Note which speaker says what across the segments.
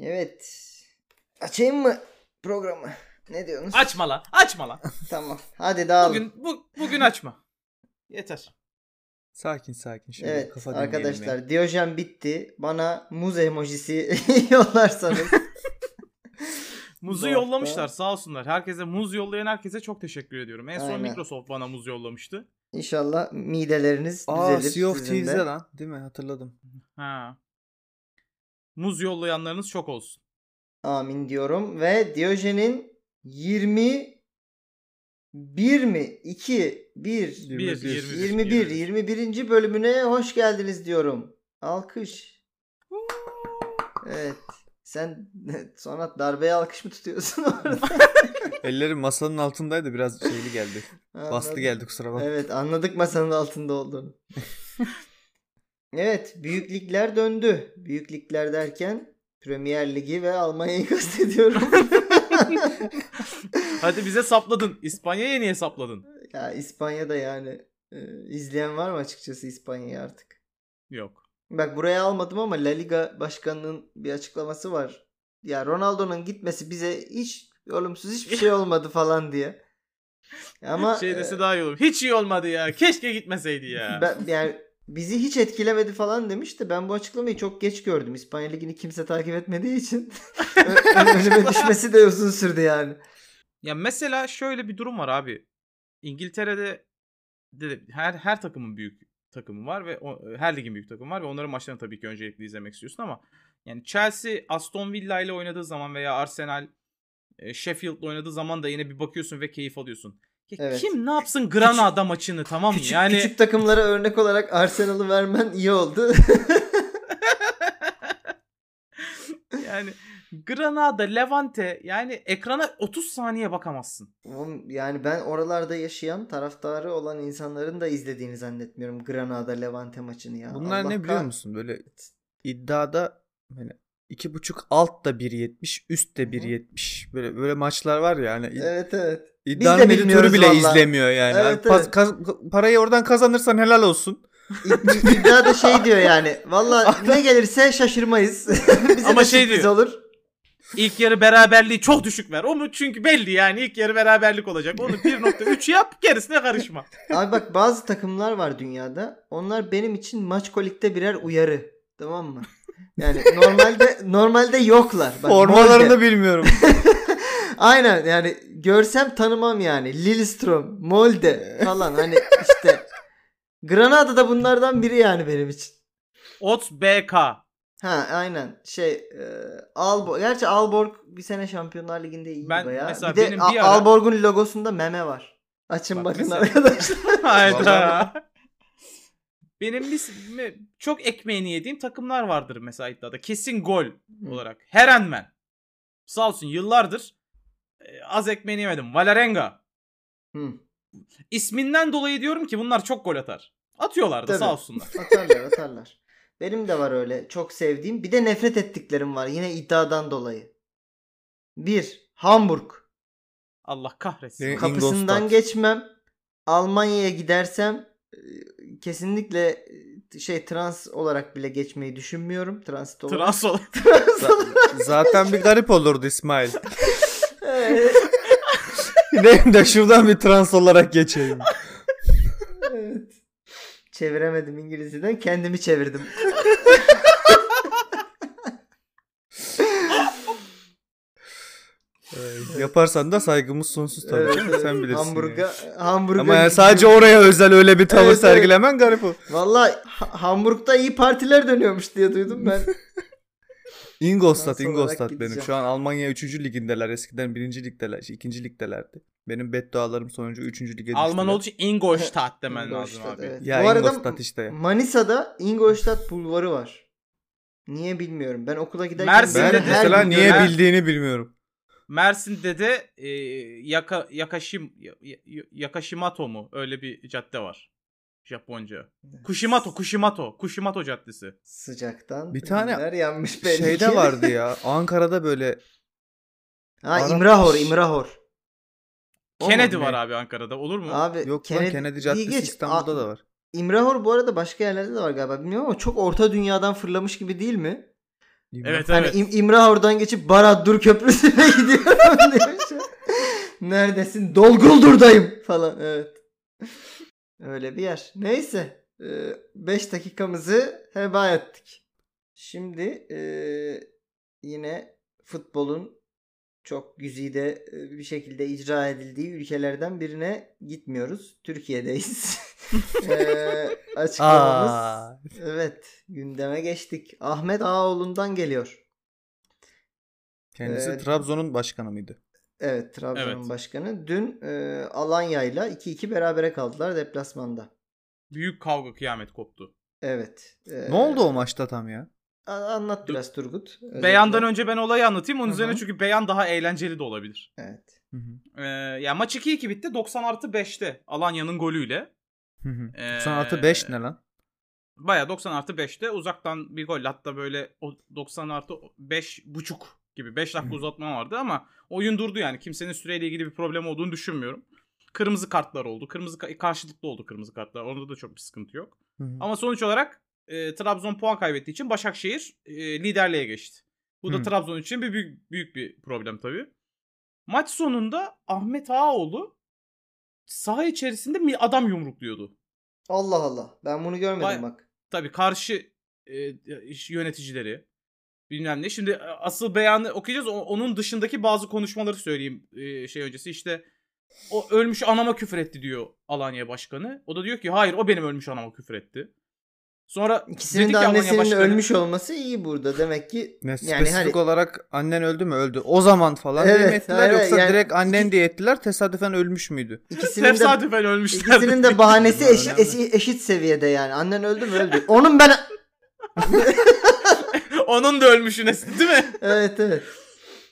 Speaker 1: Evet. Açayım mı programı? Ne diyorsunuz?
Speaker 2: Açma lan. Açma lan.
Speaker 1: Tamam. Hadi dağılın.
Speaker 2: Bugün bu, bugün açma. Yeter.
Speaker 3: Sakin sakin. Şöyle
Speaker 1: evet
Speaker 3: kafa dinleyelim ya.
Speaker 1: arkadaşlar Diyojen bitti. Bana muz emojisi yollarsanız.
Speaker 2: Muzu
Speaker 1: Bu hafta-
Speaker 2: yollamışlar sağ olsunlar. Herkese muz yollayan herkese çok teşekkür ediyorum. En son
Speaker 1: Aynen.
Speaker 2: Microsoft bana muz yollamıştı.
Speaker 1: İnşallah mideleriniz
Speaker 3: Aa
Speaker 1: düzelir.
Speaker 3: Sea of
Speaker 1: sizin de.
Speaker 3: Thieves'e lan. Değil mi? Hatırladım.
Speaker 2: Ha. Muz yollayanlarınız çok olsun.
Speaker 1: Amin diyorum ve Diyojen'in 20 1 mi? 2 1
Speaker 2: Bir,
Speaker 3: Yirmi bir.
Speaker 2: yirmi
Speaker 1: 21 21. bölümüne hoş geldiniz diyorum. Alkış. Evet. Sen sonra darbeye alkış mı tutuyorsun orada?
Speaker 3: Ellerim masanın altındaydı. Biraz şeyli geldi. Bastı
Speaker 1: Anladım.
Speaker 3: geldi kusura bakma.
Speaker 1: Evet anladık masanın altında olduğunu. evet büyüklükler döndü. Büyüklükler derken Premier Ligi ve Almanya'yı kastediyorum.
Speaker 2: Hadi bize sapladın. İspanya'ya niye sapladın?
Speaker 1: ya İspanya'da yani e, izleyen var mı açıkçası İspanya'yı artık?
Speaker 2: Yok.
Speaker 1: Bak buraya almadım ama La Liga başkanının bir açıklaması var. Ya Ronaldo'nun gitmesi bize hiç olumsuz hiçbir şey olmadı falan diye. Ama
Speaker 2: şey
Speaker 1: e,
Speaker 2: dese daha iyi olur. Hiç iyi olmadı ya. Keşke gitmeseydi ya.
Speaker 1: Ben, yani bizi hiç etkilemedi falan demişti. Ben bu açıklamayı çok geç gördüm. İspanya Ligi'ni kimse takip etmediği için Ö- ö- önüme düşmesi de uzun sürdü yani.
Speaker 2: Ya mesela şöyle bir durum var abi. İngiltere'de de her her takımın büyük takımı var ve o- e, her ligin büyük takımı var ve onların maçlarını tabii ki öncelikli izlemek istiyorsun ama yani Chelsea Aston Villa ile oynadığı zaman veya Arsenal e, Sheffield'la oynadığı zaman da yine bir bakıyorsun ve keyif alıyorsun. Ya
Speaker 1: Evet.
Speaker 2: Kim ne yapsın Granada maçını tamam mı?
Speaker 1: Küçük,
Speaker 2: Yani
Speaker 1: küçük takımlara örnek olarak Arsenal'ı vermen iyi oldu.
Speaker 2: yani Granada, Levante yani ekrana 30 saniye bakamazsın.
Speaker 1: Oğlum, yani ben oralarda yaşayan taraftarı olan insanların da izlediğini zannetmiyorum Granada Levante maçını ya.
Speaker 3: Bunlar
Speaker 1: Allah
Speaker 3: ne biliyor
Speaker 1: kah-
Speaker 3: musun? Böyle iddiada hani iki buçuk alt da 1.70 üst de
Speaker 1: hı.
Speaker 3: 1.70 böyle böyle maçlar var ya hani id-
Speaker 1: Evet evet.
Speaker 3: iddianın
Speaker 1: bilmiyoruz
Speaker 3: editörü bile
Speaker 1: vallahi.
Speaker 3: izlemiyor yani. Hani
Speaker 1: Evet,
Speaker 3: Pas-
Speaker 1: evet.
Speaker 3: kaz- parayı oradan kazanırsan helal olsun.
Speaker 1: İd- İddia da şey diyor yani. Valla ne gelirse şaşırmayız. Bize
Speaker 2: Ama
Speaker 1: de
Speaker 2: şey
Speaker 1: sürpriz
Speaker 2: diyor.
Speaker 1: olur.
Speaker 2: İlk yarı beraberliği çok düşük ver. O mu? Çünkü belli yani ilk yarı beraberlik olacak. Onu 1.3 yap gerisine karışma.
Speaker 1: Abi bak bazı takımlar var dünyada. Onlar benim için maç kolikte birer uyarı. Tamam mı? Yani normalde normalde yoklar. Bak,
Speaker 3: Formalarını
Speaker 1: Molde.
Speaker 3: bilmiyorum.
Speaker 1: Aynen yani görsem tanımam yani. Lilstrom, Molde falan hani işte. Granada da bunlardan biri yani benim için.
Speaker 2: Ots BK.
Speaker 1: Ha aynen şey e, Alborg. Gerçi Alborg bir sene Şampiyonlar Ligi'nde iyi
Speaker 2: Ben-
Speaker 1: bayağı.
Speaker 2: mesela
Speaker 1: bir de
Speaker 2: benim bir
Speaker 1: A-
Speaker 2: ara-
Speaker 1: Alborg'un logosunda meme var. Açın
Speaker 2: Bak
Speaker 1: bakın
Speaker 2: mesela-
Speaker 1: arkadaşlar.
Speaker 2: Hayda. Benim mis- mi- çok ekmeğini yediğim takımlar vardır mesela iddiada. Kesin gol olarak. Herenmen. Sağ olsun yıllardır e, az ekmeğini yemedim. Valarenga.
Speaker 1: Hı.
Speaker 2: İsminden dolayı diyorum ki bunlar çok gol atar. Atıyorlar da
Speaker 1: Tabii.
Speaker 2: sağ olsunlar.
Speaker 1: Atarlar atarlar. Benim de var öyle çok sevdiğim. Bir de nefret ettiklerim var yine iddiadan dolayı. Bir, Hamburg.
Speaker 2: Allah kahretsin.
Speaker 3: Benim-
Speaker 1: Kapısından
Speaker 3: Ingolstadt.
Speaker 1: geçmem. Almanya'ya gidersem e, kesinlikle e, şey trans olarak bile geçmeyi düşünmüyorum. Transit olarak.
Speaker 2: Trans olarak.
Speaker 3: Za- zaten bir garip olurdu İsmail.
Speaker 1: Evet,
Speaker 3: Benim de şuradan bir trans olarak geçeyim.
Speaker 1: evet. Çeviremedim İngilizceden kendimi çevirdim.
Speaker 3: Ee, Yaparsan da saygımız sonsuz tabii.
Speaker 1: Evet,
Speaker 3: canım,
Speaker 1: evet.
Speaker 3: Sen bilirsin. yani.
Speaker 1: Hamburg'a, Hamburg'a
Speaker 3: Ama yani sadece oraya özel öyle bir tavır
Speaker 1: Evet, evet.
Speaker 3: sergilemen garip o.
Speaker 1: Valla Hamburg'da iyi partiler dönüyormuş diye duydum ben.
Speaker 3: Ingolstadt,
Speaker 1: Trans olarak
Speaker 3: Ingolstadt benim.
Speaker 1: gideceğim.
Speaker 3: Şu an Almanya 3. ligindeler. Eskiden 1. ligdeler, 2. ligdelerdi. Benim beddualarım sonucu 3. lige düştüler.
Speaker 2: Alman olduğu için Ingolstadt demen lazım
Speaker 1: Ingolstadt,
Speaker 2: abi.
Speaker 1: evet.
Speaker 3: Ya
Speaker 1: Bu arada
Speaker 3: Ingolstadt işte.
Speaker 1: Manisa'da Ingolstadt bulvarı var. Niye bilmiyorum. Ben okula giderken
Speaker 2: Mersin'de
Speaker 1: böyle
Speaker 2: de
Speaker 3: Ben
Speaker 1: her
Speaker 3: mesela
Speaker 1: gün
Speaker 2: gün
Speaker 3: niye
Speaker 1: görüyorum.
Speaker 2: gören-
Speaker 3: bildiğini bilmiyorum.
Speaker 2: Mersin'de de e, yaka, Yakaşim ya- ya- Yakashimato mu? Öyle bir cadde var. Japonca. Kushimato, Kushimato, Kushimato caddesi.
Speaker 1: sıcaktan
Speaker 3: Bir tane
Speaker 1: ömürler yanmış belli ki.
Speaker 3: Şeyde vardı ya. Ankara'da böyle
Speaker 1: ha
Speaker 3: Arap-
Speaker 1: İmrahor, İmrahor. O
Speaker 2: Kennedy
Speaker 1: mu?
Speaker 2: var abi Ankara'da olur mu?
Speaker 1: Abi
Speaker 3: yok
Speaker 1: Kennedy,
Speaker 3: lan Kennedy Caddesi
Speaker 1: geç.
Speaker 3: İstanbul'da
Speaker 1: A-
Speaker 3: da var.
Speaker 1: İmrahor bu arada başka yerlerde de var galiba bilmiyorum ama çok orta dünyadan fırlamış gibi değil mi?
Speaker 3: İmran-
Speaker 2: Evet
Speaker 1: Hani
Speaker 2: evet.
Speaker 1: İm- İmrah oradan geçip Barad-dur Köprüsü'ne gidiyorum demiş. Neredesin? Dolguldur'dayım falan. Evet. Öyle bir yer. Neyse. 5 dakikamızı heba ettik. Şimdi e, yine futbolun çok güzide e, bir şekilde icra edildiği ülkelerden birine gitmiyoruz. Türkiye'deyiz. Eee açıklamamız
Speaker 3: Aa.
Speaker 1: Evet, gündeme geçtik. Ahmet Ağaoğlu'ndan geliyor.
Speaker 3: Kendisi
Speaker 1: Evet.
Speaker 3: Trabzon'un başkanı mıydı?
Speaker 1: Evet, Trabzon'un
Speaker 2: Evet.
Speaker 1: başkanı. Dün e, Alanya'yla 2-2 berabere kaldılar deplasmanda.
Speaker 2: Büyük kavga kıyamet koptu.
Speaker 1: Evet. e,
Speaker 3: Ne oldu o maçta tam ya?
Speaker 1: a- Anlat
Speaker 2: Dur.
Speaker 1: biraz Turgut. Özetle.
Speaker 2: Beyandan önce ben olayı anlatayım. Onun
Speaker 1: Hı hı.
Speaker 2: üzerine çünkü beyan daha eğlenceli de olabilir.
Speaker 1: Evet.
Speaker 3: Hı hı.
Speaker 2: Ee, ya maç 2-2 bitti. 90 artı 5'te Alanya'nın golüyle.
Speaker 3: Hı hı.
Speaker 2: Ee,
Speaker 3: 90 artı 5 ne lan?
Speaker 2: Baya 90 artı 5'te uzaktan bir gol. Hatta böyle o 90 artı 5 buçuk gibi 5 dakika
Speaker 3: Hı.
Speaker 2: uzatma vardı ama oyun durdu yani. Kimsenin süreyle ilgili bir problem olduğunu düşünmüyorum. Kırmızı kartlar oldu. Kırmızı ka- karşılıklı oldu kırmızı kartlar. Onda da çok bir sıkıntı yok.
Speaker 3: Hı hı.
Speaker 2: Ama sonuç olarak e, Trabzon puan kaybettiği için Başakşehir e, liderliğe geçti. Bu da
Speaker 3: Hı.
Speaker 2: Trabzon için bir büyük büyük bir problem tabii. Maç sonunda Ahmet Ağaoğlu saha içerisinde mi adam yumrukluyordu.
Speaker 1: Allah Allah. Ben bunu görmedim
Speaker 2: Vay-
Speaker 1: bak.
Speaker 2: Tabii karşı e, iş- yöneticileri bilmem ne. Şimdi e, asıl beyanı okuyacağız. O- Onun dışındaki bazı konuşmaları söyleyeyim e, şey öncesi. işte o ölmüş anama küfür etti diyor Alanya Başkanı. O da diyor ki hayır o benim ölmüş anama küfür etti. Sonra
Speaker 1: İkisinin
Speaker 2: dedi
Speaker 1: de
Speaker 2: ki Alanya
Speaker 1: annesinin
Speaker 2: Başkanı-
Speaker 1: ölmüş olması iyi burada. Demek ki
Speaker 3: Ne
Speaker 1: yani
Speaker 3: spesifik
Speaker 1: hani
Speaker 3: olarak annen öldü mü öldü. O zaman falan diye mi
Speaker 1: Evet,
Speaker 3: ettiler
Speaker 1: hayır,
Speaker 3: yoksa
Speaker 1: yani-
Speaker 3: direkt annen diye ettiler tesadüfen ölmüş müydü?
Speaker 1: ikisinin de
Speaker 2: Tesadüfen ölmüşler.
Speaker 1: ikisinin de bahanesi
Speaker 3: Önemli.
Speaker 1: eşit, eşit, eşit seviyede yani. Annen öldü mü öldü. Onun ben
Speaker 2: Onun da ölmüşüne değil mi?
Speaker 1: Evet evet.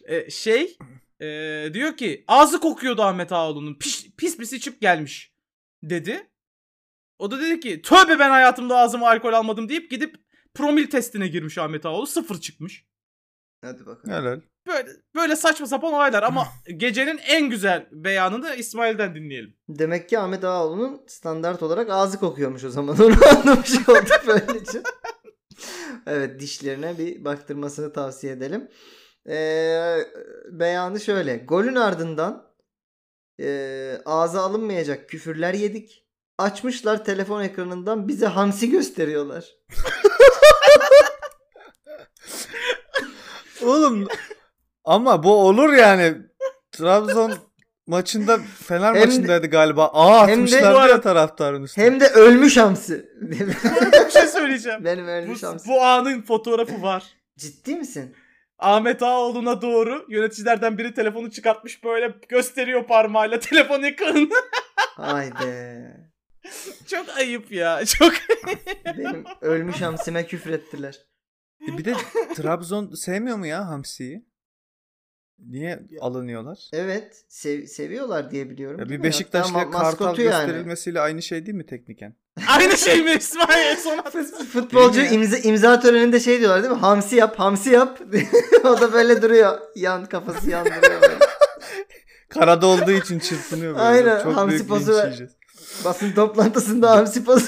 Speaker 2: E, şey e, diyor ki ağzı kokuyordu Ahmet Ağaoğlu'nun. Pis, pis pis içip gelmiş dedi. O da dedi ki tövbe ben hayatımda ağzıma alkol almadım deyip gidip promil testine girmiş Ahmet Ağaoğlu. Sıfır çıkmış.
Speaker 1: Hadi bakalım.
Speaker 3: Helal.
Speaker 2: Böyle, böyle saçma sapan olaylar ama gecenin en güzel beyanını da İsmail'den dinleyelim.
Speaker 1: Demek ki Ahmet Ağaoğlu'nun standart olarak ağzı kokuyormuş o zaman. Onu anlamış olduk böylece. evet dişlerine bir baktırmasını tavsiye edelim. Ee, beyanı şöyle. Golün ardından ee, ağza alınmayacak küfürler yedik. Açmışlar telefon ekranından bize hamsi gösteriyorlar.
Speaker 3: Oğlum ama bu olur yani. Trabzon maçında Fener
Speaker 1: Hem de-
Speaker 3: maçındaydı galiba. Aa
Speaker 1: hem de-
Speaker 3: atmışlardı
Speaker 2: Bu ara-
Speaker 3: ya taraftarın üstüne.
Speaker 1: Hem de ölmüş hamsi.
Speaker 2: bir şey söyleyeceğim.
Speaker 1: Benim
Speaker 2: bu,
Speaker 1: ölmüş hamsi.
Speaker 2: bu anın fotoğrafı var.
Speaker 1: Ciddi misin?
Speaker 2: Ahmet Ağaoğlu'na doğru yöneticilerden biri telefonu çıkartmış böyle gösteriyor parmağıyla telefon ekranını.
Speaker 1: Haydi.
Speaker 2: Çok ayıp ya. Çok
Speaker 1: Benim ölmüş hamsime küfrettiler.
Speaker 3: E Bir de Trabzon sevmiyor mu ya Hamsi'yi? Niye alınıyorlar?
Speaker 1: Evet. sev- seviyorlar diye biliyorum.
Speaker 3: Ya
Speaker 1: değil
Speaker 3: bir
Speaker 1: mi?
Speaker 3: Beşiktaş'la
Speaker 1: Hatta ma-
Speaker 3: Kartal
Speaker 1: maskotu
Speaker 3: gösterilmesiyle aynı şey değil mi tekniken?
Speaker 2: Aynı şey mi İsmail? Son
Speaker 1: Yani. Futbolcu
Speaker 3: Değil mi
Speaker 1: imza, imza töreninde şey diyorlar değil mi? Hamsi yap, hamsi yap. o da böyle duruyor. Yan kafası yan duruyor. böyle.
Speaker 3: Karada olduğu için çırpınıyor böyle.
Speaker 1: Aynen,
Speaker 3: Çok
Speaker 1: Hamsi
Speaker 3: büyük
Speaker 1: pozu
Speaker 3: linç
Speaker 1: ver.
Speaker 3: yiyeceğiz.
Speaker 1: Basın toplantısında hamsi pozu.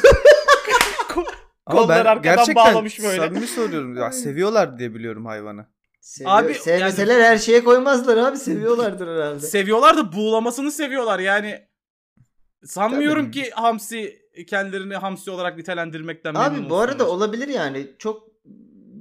Speaker 3: Ama
Speaker 2: Kolları
Speaker 3: ben
Speaker 2: arkadan
Speaker 3: gerçekten
Speaker 2: bağlamış böyle.
Speaker 3: samimi soruyorum. Ya seviyorlar diye biliyorum hayvanı.
Speaker 1: Seviyor,
Speaker 2: Abi,
Speaker 1: abi,
Speaker 2: yani-
Speaker 1: sevmeseler her şeye koymazlar abi. Seviyorlardır herhalde.
Speaker 2: seviyorlar da buğulamasını seviyorlar yani. Sanmıyorum
Speaker 3: Tabii.
Speaker 2: ki hamsi kendilerini hamsi olarak nitelendirmekten memnun
Speaker 1: abi bu arada
Speaker 2: olsunlar.
Speaker 1: olabilir yani. Çok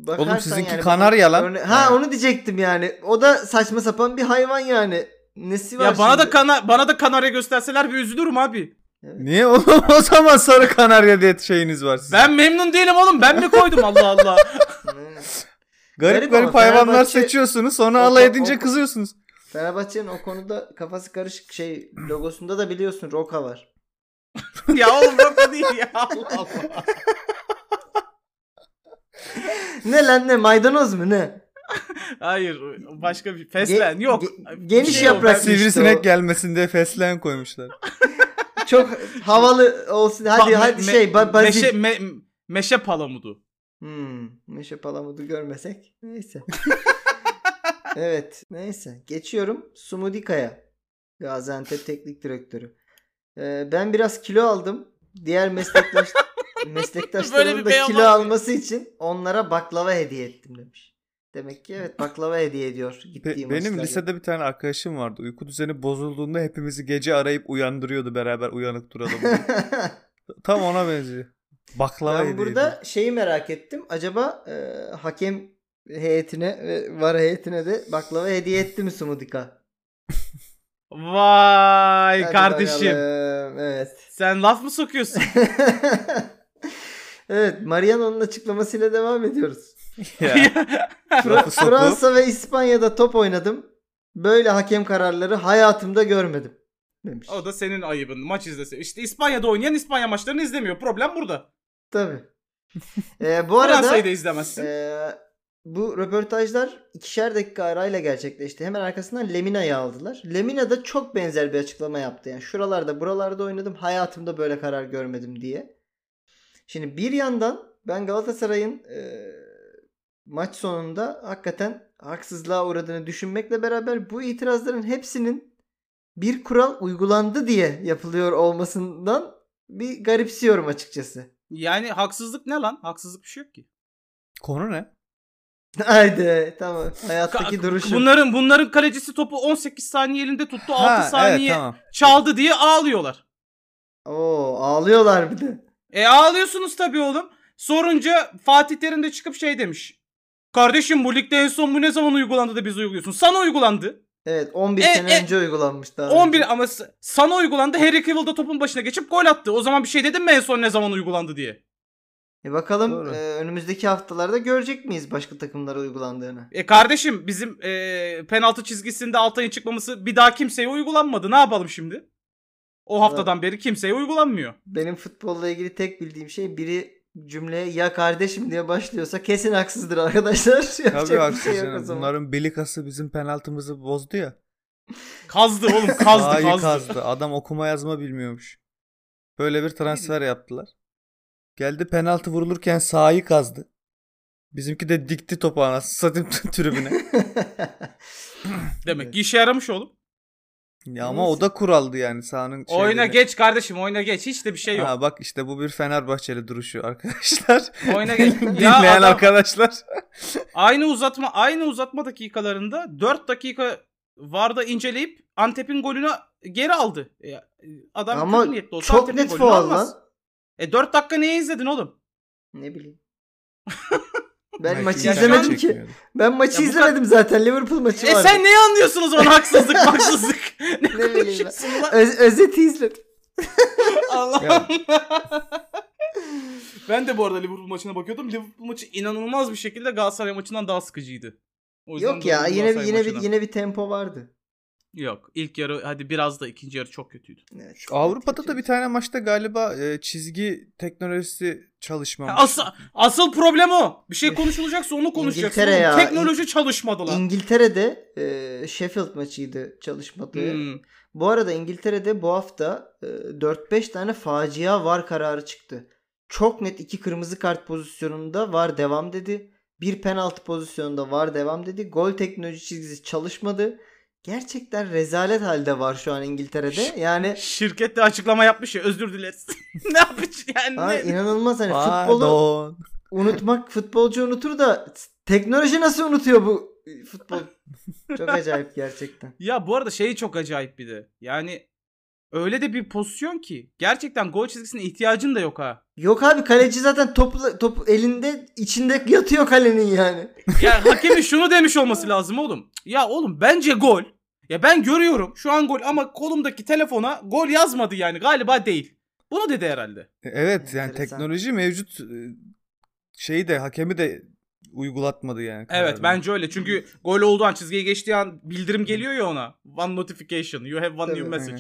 Speaker 1: bakarsan
Speaker 3: Oğlum sizinki
Speaker 1: yani-
Speaker 3: kanarya lan.
Speaker 1: Örne- ha onu diyecektim yani. O da saçma sapan bir hayvan yani. Nesi var
Speaker 2: ya bana da
Speaker 1: şimdi?
Speaker 2: kana bana da kanarya gösterseler bir üzülürüm abi.
Speaker 3: Niye oğlum o zaman sarı kanarya diye şeyiniz var sizin.
Speaker 2: Ben memnun değilim oğlum. Ben mi koydum Allah Allah?
Speaker 1: Evet.
Speaker 3: garip
Speaker 1: Garip
Speaker 3: garip,
Speaker 1: ama
Speaker 3: hayvanlar
Speaker 1: Fenerbahçe-
Speaker 3: seçiyorsunuz sonra
Speaker 1: O-
Speaker 3: alay
Speaker 1: o-
Speaker 3: edince
Speaker 1: o-
Speaker 3: kızıyorsunuz.
Speaker 1: Fenerbahçe'nin o konuda kafası karışık şey logosunda da biliyorsun Roka var.
Speaker 2: ya oğlum yok değil ya Allah Allah.
Speaker 1: Ne lan ne maydanoz mu ne?
Speaker 2: Hayır başka bir feslen
Speaker 1: Ge-
Speaker 2: yok. Şey
Speaker 1: ge- geniş
Speaker 2: yok.
Speaker 1: yaprak
Speaker 2: Ben-
Speaker 3: Şey Sivrisinek
Speaker 1: o.
Speaker 3: gelmesin diye fesleğen koymuşlar.
Speaker 1: Çok havalı olsun. Hadi
Speaker 2: Bak,
Speaker 1: hadi
Speaker 2: me-
Speaker 1: şey ba- bazil.
Speaker 2: Meşe, me- meşe palamudu.
Speaker 1: Hmm, meşe palamudu görmesek. Neyse. evet. Neyse. Geçiyorum. Sumudika'ya. Gaziantep Teknik Direktörü. Ee, ben biraz kilo aldım. Diğer meslektaş meslektaşlarım
Speaker 2: Böyle bir
Speaker 1: da
Speaker 2: beyan
Speaker 1: kilo
Speaker 2: var mı?
Speaker 1: alması için onlara baklava hediye ettim demiş. Demek ki evet baklava hediye ediyor
Speaker 3: Be-
Speaker 1: gittiği
Speaker 3: benim
Speaker 1: maçlarda.
Speaker 3: lisede bir tane arkadaşım vardı. Uyku düzeni bozulduğunda hepimizi gece arayıp uyandırıyordu beraber uyanık duralım. diye. Tam ona benziyor. Baklava
Speaker 1: ben
Speaker 3: hediyeydi.
Speaker 1: burada şeyi merak ettim. Acaba e, hakem heyetine ve var heyetine de baklava hediye etti mi Sumudika?
Speaker 2: Vay
Speaker 1: Hadi
Speaker 2: kardeşim.
Speaker 1: bakalım, Evet.
Speaker 2: Sen laf mı sokuyorsun?
Speaker 1: evet, Mariano'nun açıklamasıyla devam ediyoruz.
Speaker 3: Ya, lafı sokup-
Speaker 1: Fransa ve İspanya'da top oynadım. Böyle hakem kararları hayatımda görmedim. Demiş.
Speaker 2: o da senin ayıbın. Maç izlese. İşte İspanya'da oynayan İspanya maçlarını izlemiyor. Problem burada.
Speaker 1: Tabii. Ee, bu arada
Speaker 2: Fransa'yı da izlemezsin.
Speaker 1: Ee, bu röportajlar ikişer dakika arayla gerçekleşti. Hemen arkasından Lemina'yı aldılar. Lemina da çok benzer bir açıklama yaptı. Yani şuralarda buralarda oynadım hayatımda böyle karar görmedim diye. Şimdi bir yandan ben Galatasaray'ın e, maç sonunda hakikaten haksızlığa uğradığını düşünmekle beraber bu itirazların hepsinin bir kural uygulandı diye yapılıyor olmasından bir garipsiyorum açıkçası.
Speaker 2: Yani haksızlık ne lan? Haksızlık bir şey yok ki.
Speaker 3: Konu ne?
Speaker 1: Haydi tamam. Hayattaki
Speaker 2: Ka-
Speaker 1: duruşum.
Speaker 2: Bunların bunların kalecisi topu 18 saniye elinde tuttu, 6 saniye
Speaker 3: evet tamam.
Speaker 2: çaldı diye ağlıyorlar.
Speaker 1: Oo ağlıyorlar bir de.
Speaker 2: E ağlıyorsunuz tabii oğlum. Sorunca Fatih Terim de çıkıp şey demiş. Kardeşim bu ligde en son bu ne zaman uygulandı da biz uyguluyorsun? Sana uygulandı.
Speaker 1: Evet 11
Speaker 2: E,
Speaker 1: sene
Speaker 2: e,
Speaker 1: önce uygulanmış daha.
Speaker 2: 11 ama s- sana uygulandı. Harry Cavill da topun başına geçip gol attı. O zaman bir şey dedim mi en son ne zaman uygulandı diye?
Speaker 1: E, bakalım
Speaker 3: Doğru.
Speaker 1: e, önümüzdeki haftalarda görecek miyiz başka takımlara uygulandığını?
Speaker 2: E kardeşim bizim e, penaltı çizgisinde Altay'ın çıkmaması bir daha kimseye uygulanmadı. Ne yapalım şimdi? O haftadan beri kimseye uygulanmıyor.
Speaker 1: Benim futbolla ilgili tek bildiğim şey biri cümleye ya kardeşim diye başlıyorsa kesin haksızdır arkadaşlar. Yapacak bir
Speaker 3: Tabii
Speaker 1: şey
Speaker 3: haksız.
Speaker 1: yok o
Speaker 3: yani.
Speaker 1: zaman.
Speaker 3: Bunların belikası bizim penaltımızı bozdu ya.
Speaker 2: Kazdı oğlum
Speaker 3: Daha
Speaker 2: kazdı
Speaker 3: iyi
Speaker 2: kazdı.
Speaker 3: Adam okuma yazma bilmiyormuş. Böyle bir transfer yaptılar. Geldi penaltı vurulurken sahayı kazdı. Bizimki de dikti topu anasını satayım tribüne.
Speaker 2: Demek ki işe yaramış oğlum.
Speaker 3: Ya ama o da kuraldı yani sahanın
Speaker 2: Oyna
Speaker 3: şeyleri.
Speaker 2: geç kardeşim oyna geç. Hiç de bir şey yok.
Speaker 3: Ha bak işte bu bir Fenerbahçeli duruşu arkadaşlar.
Speaker 2: Oyna geç. ya
Speaker 3: Dinleyen
Speaker 2: adam,
Speaker 3: arkadaşlar.
Speaker 2: aynı uzatma aynı uzatma dakikalarında 4 dakika VAR'da inceleyip Antep'in golünü geri aldı. E, Adam
Speaker 1: Ama
Speaker 2: kötü niyetli olsa
Speaker 1: Çok
Speaker 2: Antep'in
Speaker 1: net
Speaker 2: golünü
Speaker 1: faul
Speaker 2: almaz.
Speaker 1: lan.
Speaker 2: E 4 dakika neye izledin oğlum?
Speaker 1: Ne bileyim.
Speaker 3: Belki
Speaker 1: ben maçı
Speaker 3: internet
Speaker 1: izlemedim ki.
Speaker 3: çekmiyordu.
Speaker 1: Ben maçı
Speaker 2: Ya bu
Speaker 1: izlemedim zaten. Liverpool maçı
Speaker 2: e
Speaker 1: vardı.
Speaker 2: sen neyi anlıyorsun o zaman haksızlık haksızlık? ne,
Speaker 1: bileyim ben.
Speaker 2: konuşuyorsun lan?
Speaker 1: Öz- özeti izledim.
Speaker 2: Allah'ım.
Speaker 3: Ya.
Speaker 2: ben de bu arada Liverpool maçına bakıyordum. Liverpool maçı inanılmaz bir şekilde Galatasaray maçından daha sıkıcıydı. O yüzden
Speaker 1: Yok ya
Speaker 2: döndüm
Speaker 1: yine bir
Speaker 2: Galatasaray
Speaker 1: yine bir
Speaker 2: maçına.
Speaker 1: yine bir tempo vardı.
Speaker 2: Yok. İlk yarı hadi biraz da ikinci yarı çok kötüydü.
Speaker 1: Evet,
Speaker 3: Şu Avrupa'da
Speaker 1: kötü.
Speaker 3: da bir tane maçta galiba e, çizgi teknolojisi çalışmamış.
Speaker 2: Asıl, asıl problem o. Bir şey konuşulacaksa onu konuşacaksın.
Speaker 1: İngiltere
Speaker 2: Oğlum,
Speaker 1: ya.
Speaker 2: Teknoloji çalışmadı lan.
Speaker 1: İngiltere'de e, Sheffield maçıydı çalışmadığı.
Speaker 2: Hmm.
Speaker 1: Bu arada İngiltere'de bu hafta e, 4-5 tane facia var kararı çıktı. Çok net iki kırmızı kart pozisyonunda var devam dedi. Bir penaltı pozisyonunda var devam dedi. Gol teknoloji çizgisi çalışmadı. Gerçekten rezalet halde var şu an İngiltere'de. Yani
Speaker 2: Şirket de açıklama yapmış ya özür dileriz. ne yapacağız yani?
Speaker 1: ha,
Speaker 2: ne?
Speaker 1: inanılmaz hani futbolu
Speaker 3: Pardon.
Speaker 1: unutmak futbolcu unutur da teknoloji nasıl unutuyor bu futbol? Çok acayip gerçekten.
Speaker 2: Ya bu arada şey çok acayip bir de. Yani öyle de bir pozisyon ki. Gerçekten gol çizgisine ihtiyacın da yok ha.
Speaker 1: Yok abi kaleci zaten topu, topu elinde içinde yatıyor kalenin yani.
Speaker 2: Ya hakemin şunu demiş olması lazım oğlum. Ya oğlum bence gol. Ya ben görüyorum şu an gol ama kolumdaki telefona gol yazmadı yani galiba değil. Bunu dedi herhalde.
Speaker 3: E, Evet yani
Speaker 1: Enteresan.
Speaker 3: teknoloji mevcut e, şeyi de hakemi de uygulatmadı yani.
Speaker 2: Evet
Speaker 3: kararını.
Speaker 2: bence öyle. Çünkü gol olduğu an çizgiye geçtiği an bildirim geliyor ya ona. One notification. You have one
Speaker 1: Tabii,
Speaker 2: new message.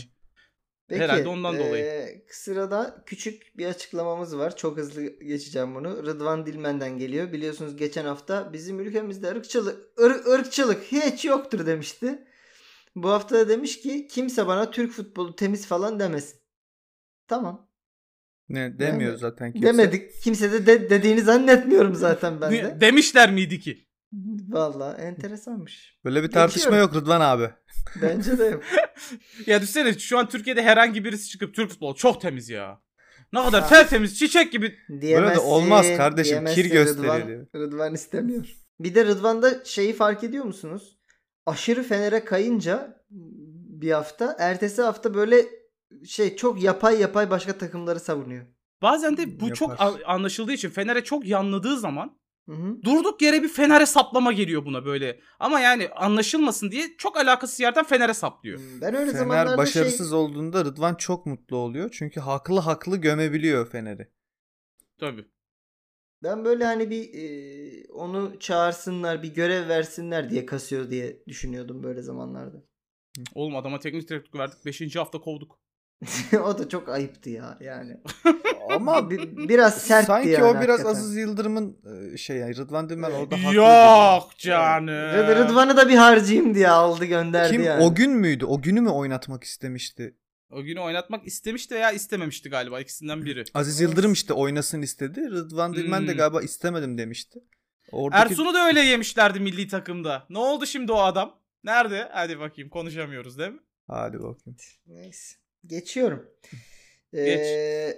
Speaker 3: aynen.
Speaker 2: Herhalde ondan dolayı.
Speaker 1: Sırada küçük bir açıklamamız var. Çok hızlı geçeceğim bunu. Rıdvan Dilmen'den geliyor. Biliyorsunuz geçen hafta bizim ülkemizde ırkçılık, ır- ırkçılık hiç yoktur demişti. Bu hafta da demiş ki kimse bana Türk futbolu temiz falan demesin. Tamam.
Speaker 3: Ne demiyor
Speaker 1: Deme-
Speaker 3: zaten kimse.
Speaker 1: Demedik. Kimse de, de- dediğini zannetmiyorum zaten ben de.
Speaker 2: Demişler miydi ki?
Speaker 1: Vallahi enteresanmış.
Speaker 3: Böyle bir tartışma
Speaker 1: Geçiyorum.
Speaker 3: yok Rıdvan abi.
Speaker 1: Bence de yok.
Speaker 2: Ya düşünsene şu an Türkiye'de herhangi birisi çıkıp Türk futbolu çok temiz ya. Ne kadar
Speaker 1: Ha.
Speaker 2: tertemiz çiçek gibi.
Speaker 1: Diyemezsin.
Speaker 3: olmaz kardeşim, kir
Speaker 1: diyemezsin.
Speaker 3: gösteriyor
Speaker 1: Rıdvan,
Speaker 3: diyor.
Speaker 1: Rıdvan istemiyor. Bir de Rıdvan'da şeyi fark ediyor musunuz? Aşırı Fener'e kayınca bir hafta, ertesi hafta böyle şey çok yapay yapay başka takımları savunuyor.
Speaker 2: Bazen de bu çok
Speaker 3: Yapar.
Speaker 2: a- anlaşıldığı için Fener'e çok yanladığı zaman
Speaker 1: Hı hı.
Speaker 2: durduk yere bir Fener'e saplama geliyor buna böyle. Ama yani anlaşılmasın diye çok alakasız yerden Fener'e saplıyor.
Speaker 1: Hmm, Ben öyle
Speaker 3: Fener
Speaker 1: zamanlarda
Speaker 3: başarısız
Speaker 1: şey
Speaker 3: olduğunda Rıdvan çok mutlu oluyor. Çünkü haklı haklı gömebiliyor Fener'i.
Speaker 2: Tabii.
Speaker 1: ben böyle hani bir e, onu çağırsınlar, bir görev versinler diye kasıyor diye düşünüyordum böyle zamanlarda.
Speaker 2: Oğlum adama teknik direktörlük verdik. 5. hafta kovduk.
Speaker 1: o da çok ayıptı ya yani.
Speaker 3: Ama
Speaker 1: Bi- biraz sertti
Speaker 3: sanki
Speaker 1: yani
Speaker 3: o biraz
Speaker 1: hakikaten.
Speaker 3: Aziz Yıldırım'ın e, şey yani Rıdvan Dilmen orada haklı.
Speaker 2: Yok canım.
Speaker 1: Rıd- Rıdvan'ı da bir harcayayım diye aldı gönderdi
Speaker 3: Kim
Speaker 1: yani.
Speaker 3: o gün müydü? O günü mü oynatmak istemişti?
Speaker 2: O günü oynatmak istemişti veya istememişti galiba ikisinden biri.
Speaker 3: Aziz Yıldırım işte oynasın istedi. Rıdvan Dilmen de
Speaker 2: Hmm.
Speaker 3: galiba istemedim demişti. Oradaki
Speaker 2: Ersun'u da öyle yemişlerdi milli takımda. Ne oldu şimdi o adam? Nerede? Hadi bakayım konuşamıyoruz değil mi?
Speaker 3: hadi bakayım.
Speaker 1: Neyse. Geçiyorum.
Speaker 2: Geç.
Speaker 1: Ee,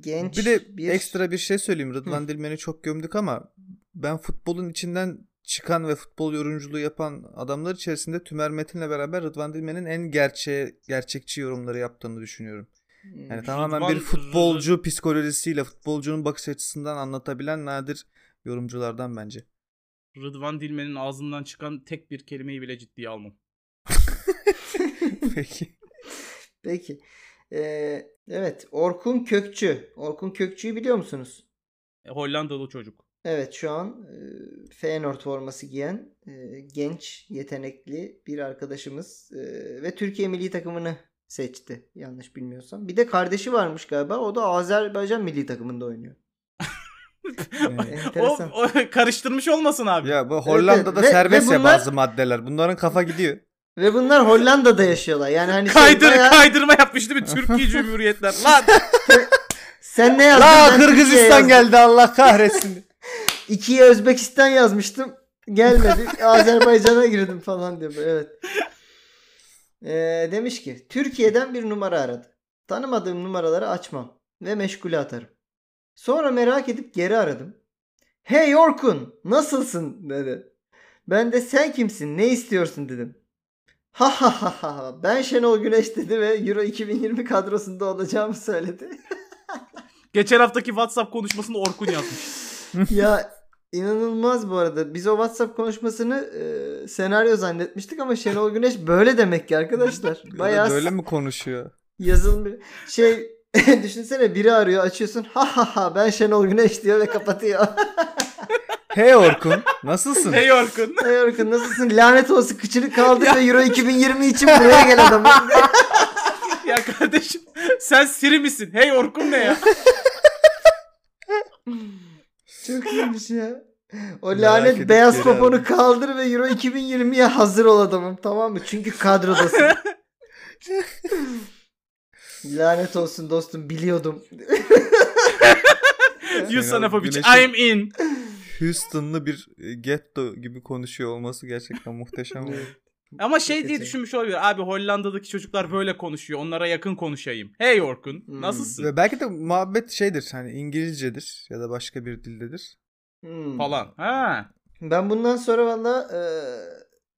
Speaker 1: genç
Speaker 3: bir de ekstra bir şey söyleyeyim. Rıdvan Dilmen'i çok gömdük ama ben futbolun içinden çıkan ve futbol yorumculuğu yapan adamlar içerisinde Tümer Metin'le beraber Rıdvan Dilmen'in en gerçeğe, gerçekçi yorumları yaptığını düşünüyorum.
Speaker 1: Hmm.
Speaker 3: Yani tamamen
Speaker 2: Rıdvan-
Speaker 3: bir futbolcu psikolojisiyle futbolcunun bakış açısından anlatabilen nadir yorumculardan bence.
Speaker 2: Rıdvan Dilmen'in ağzından çıkan tek bir kelimeyi bile ciddiye almam.
Speaker 3: Peki.
Speaker 1: Peki. Ee, evet. Orkun Kökçü. Orkun Kökçü'yü biliyor musunuz?
Speaker 2: E, Hollandalı çocuk.
Speaker 1: Evet şu an e, Feyenoord forması giyen e, genç, yetenekli bir arkadaşımız e, ve Türkiye milli takımını seçti yanlış bilmiyorsam. Bir de kardeşi varmış galiba. O da Azerbaycan milli takımında oynuyor.
Speaker 3: Ee,
Speaker 2: O,
Speaker 1: Enteresan.
Speaker 2: o karıştırmış olmasın abi.
Speaker 3: ya bu Hollanda'da
Speaker 1: Ve- ve
Speaker 3: serbest ya
Speaker 1: bunlar-
Speaker 3: bazı maddeler. Bunların kafa gidiyor.
Speaker 1: Ve bunlar Hollanda'da yaşıyorlar. Yani hani şey
Speaker 2: Kaydır
Speaker 1: bayağı-
Speaker 2: kaydırma yapmış değil mi? Türkiye Cumhuriyetler. Lan
Speaker 1: sen ne yazdın?
Speaker 3: La
Speaker 1: Ben Türkiye
Speaker 3: Kırgızistan
Speaker 1: yazdım.
Speaker 3: geldi Allah kahretsin.
Speaker 1: İkiye Özbekistan yazmıştım. Gelmedi. Azerbaycan'a girdim falan diyor. böyle, Evet. Ee, demiş ki Türkiye'den bir numara aradı. Tanımadığım numaraları açmam ve meşgule atarım. Sonra merak edip geri aradım. Hey Orkun nasılsın dedi. Ben de sen kimsin ne istiyorsun dedim. Ha ha ha ha ha. ben Şenol Güneş dedi ve Euro 2020 kadrosunda olacağımı söyledi.
Speaker 2: geçen haftaki WhatsApp konuşmasında Orkun yazmış.
Speaker 1: ya inanılmaz bu arada. Biz o WhatsApp konuşmasını e, senaryo zannetmiştik ama Şenol Güneş böyle demek ki arkadaşlar. Bayağı
Speaker 3: Böyle mi konuşuyor?
Speaker 1: yazılmış. Şey düşünsene biri arıyor açıyorsun. Ha ha ha ben Şenol Güneş diyor ve kapatıyor.
Speaker 3: Hey Orkun nasılsın?
Speaker 2: Hey Orkun.
Speaker 1: Ay Orkun nasılsın? Lanet olsun kıçını kaldır ve Euro 2020 için buraya gel adam.
Speaker 2: ya kardeşim sen Siri misin? Hey Orkun ne ya?
Speaker 1: Çok iyiymiş ya. O
Speaker 3: Merak
Speaker 1: lanet
Speaker 3: edip
Speaker 1: beyaz
Speaker 3: geri
Speaker 1: poponu
Speaker 3: aradım.
Speaker 1: kaldır ve Euro 2020'ye hazır ol adamım tamam mı? Çünkü kadrodasın. lanet olsun dostum biliyordum.
Speaker 2: Yusan Apovic.
Speaker 3: Güneş'in-
Speaker 2: I'm in.
Speaker 3: Houston'lı bir e, getto gibi konuşuyor olması gerçekten muhteşem. oldu.
Speaker 2: Ama şey diye
Speaker 1: Geçelim.
Speaker 2: düşünmüş olabilir. Abi Hollanda'daki çocuklar böyle konuşuyor. Onlara yakın konuşayım. Hey Orkun.
Speaker 1: Hmm.
Speaker 2: Nasılsın?
Speaker 3: Ve belki de muhabbet şeydir hani İngilizcedir ya da başka bir dildedir.
Speaker 1: Hmm.
Speaker 2: Falan. Ha.
Speaker 1: Ben bundan sonra valla e,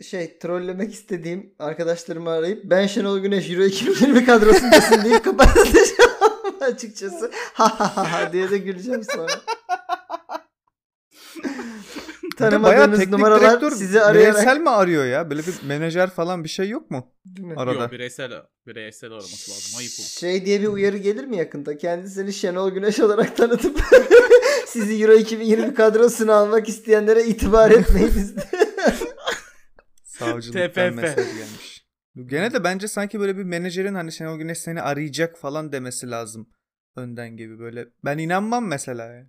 Speaker 1: şey trollemek istediğim arkadaşlarımı arayıp ben Şenol Güneş Euro 2020 kadrosundasın deyip kapatacağım açıkçası. Ha ha ha ha diye de güleceğim sonra.
Speaker 3: Bayağı
Speaker 1: Tanımadığınız
Speaker 3: teknik
Speaker 1: numaralar
Speaker 3: direktör
Speaker 1: sizi arayarak.
Speaker 3: bireysel mi arıyor ya? Böyle bir menajer falan bir şey yok mu?
Speaker 1: Değil mi?
Speaker 3: Arada.
Speaker 2: Yok bireysel, bireysel araması lazım. Ayıp olur.
Speaker 1: Şey diye bir uyarı gelir mi yakında? Kendisini Şenol Güneş olarak tanıtıp sizi Euro 2020 kadrosuna almak isteyenlere itibar etmeyiniz.
Speaker 3: Savcılıktan
Speaker 2: TFF.
Speaker 3: mesaj gelmiş. Gene de bence sanki böyle bir menajerin hani Şenol Güneş seni arayacak falan demesi lazım. Önden gibi böyle. Ben inanmam mesela. yani.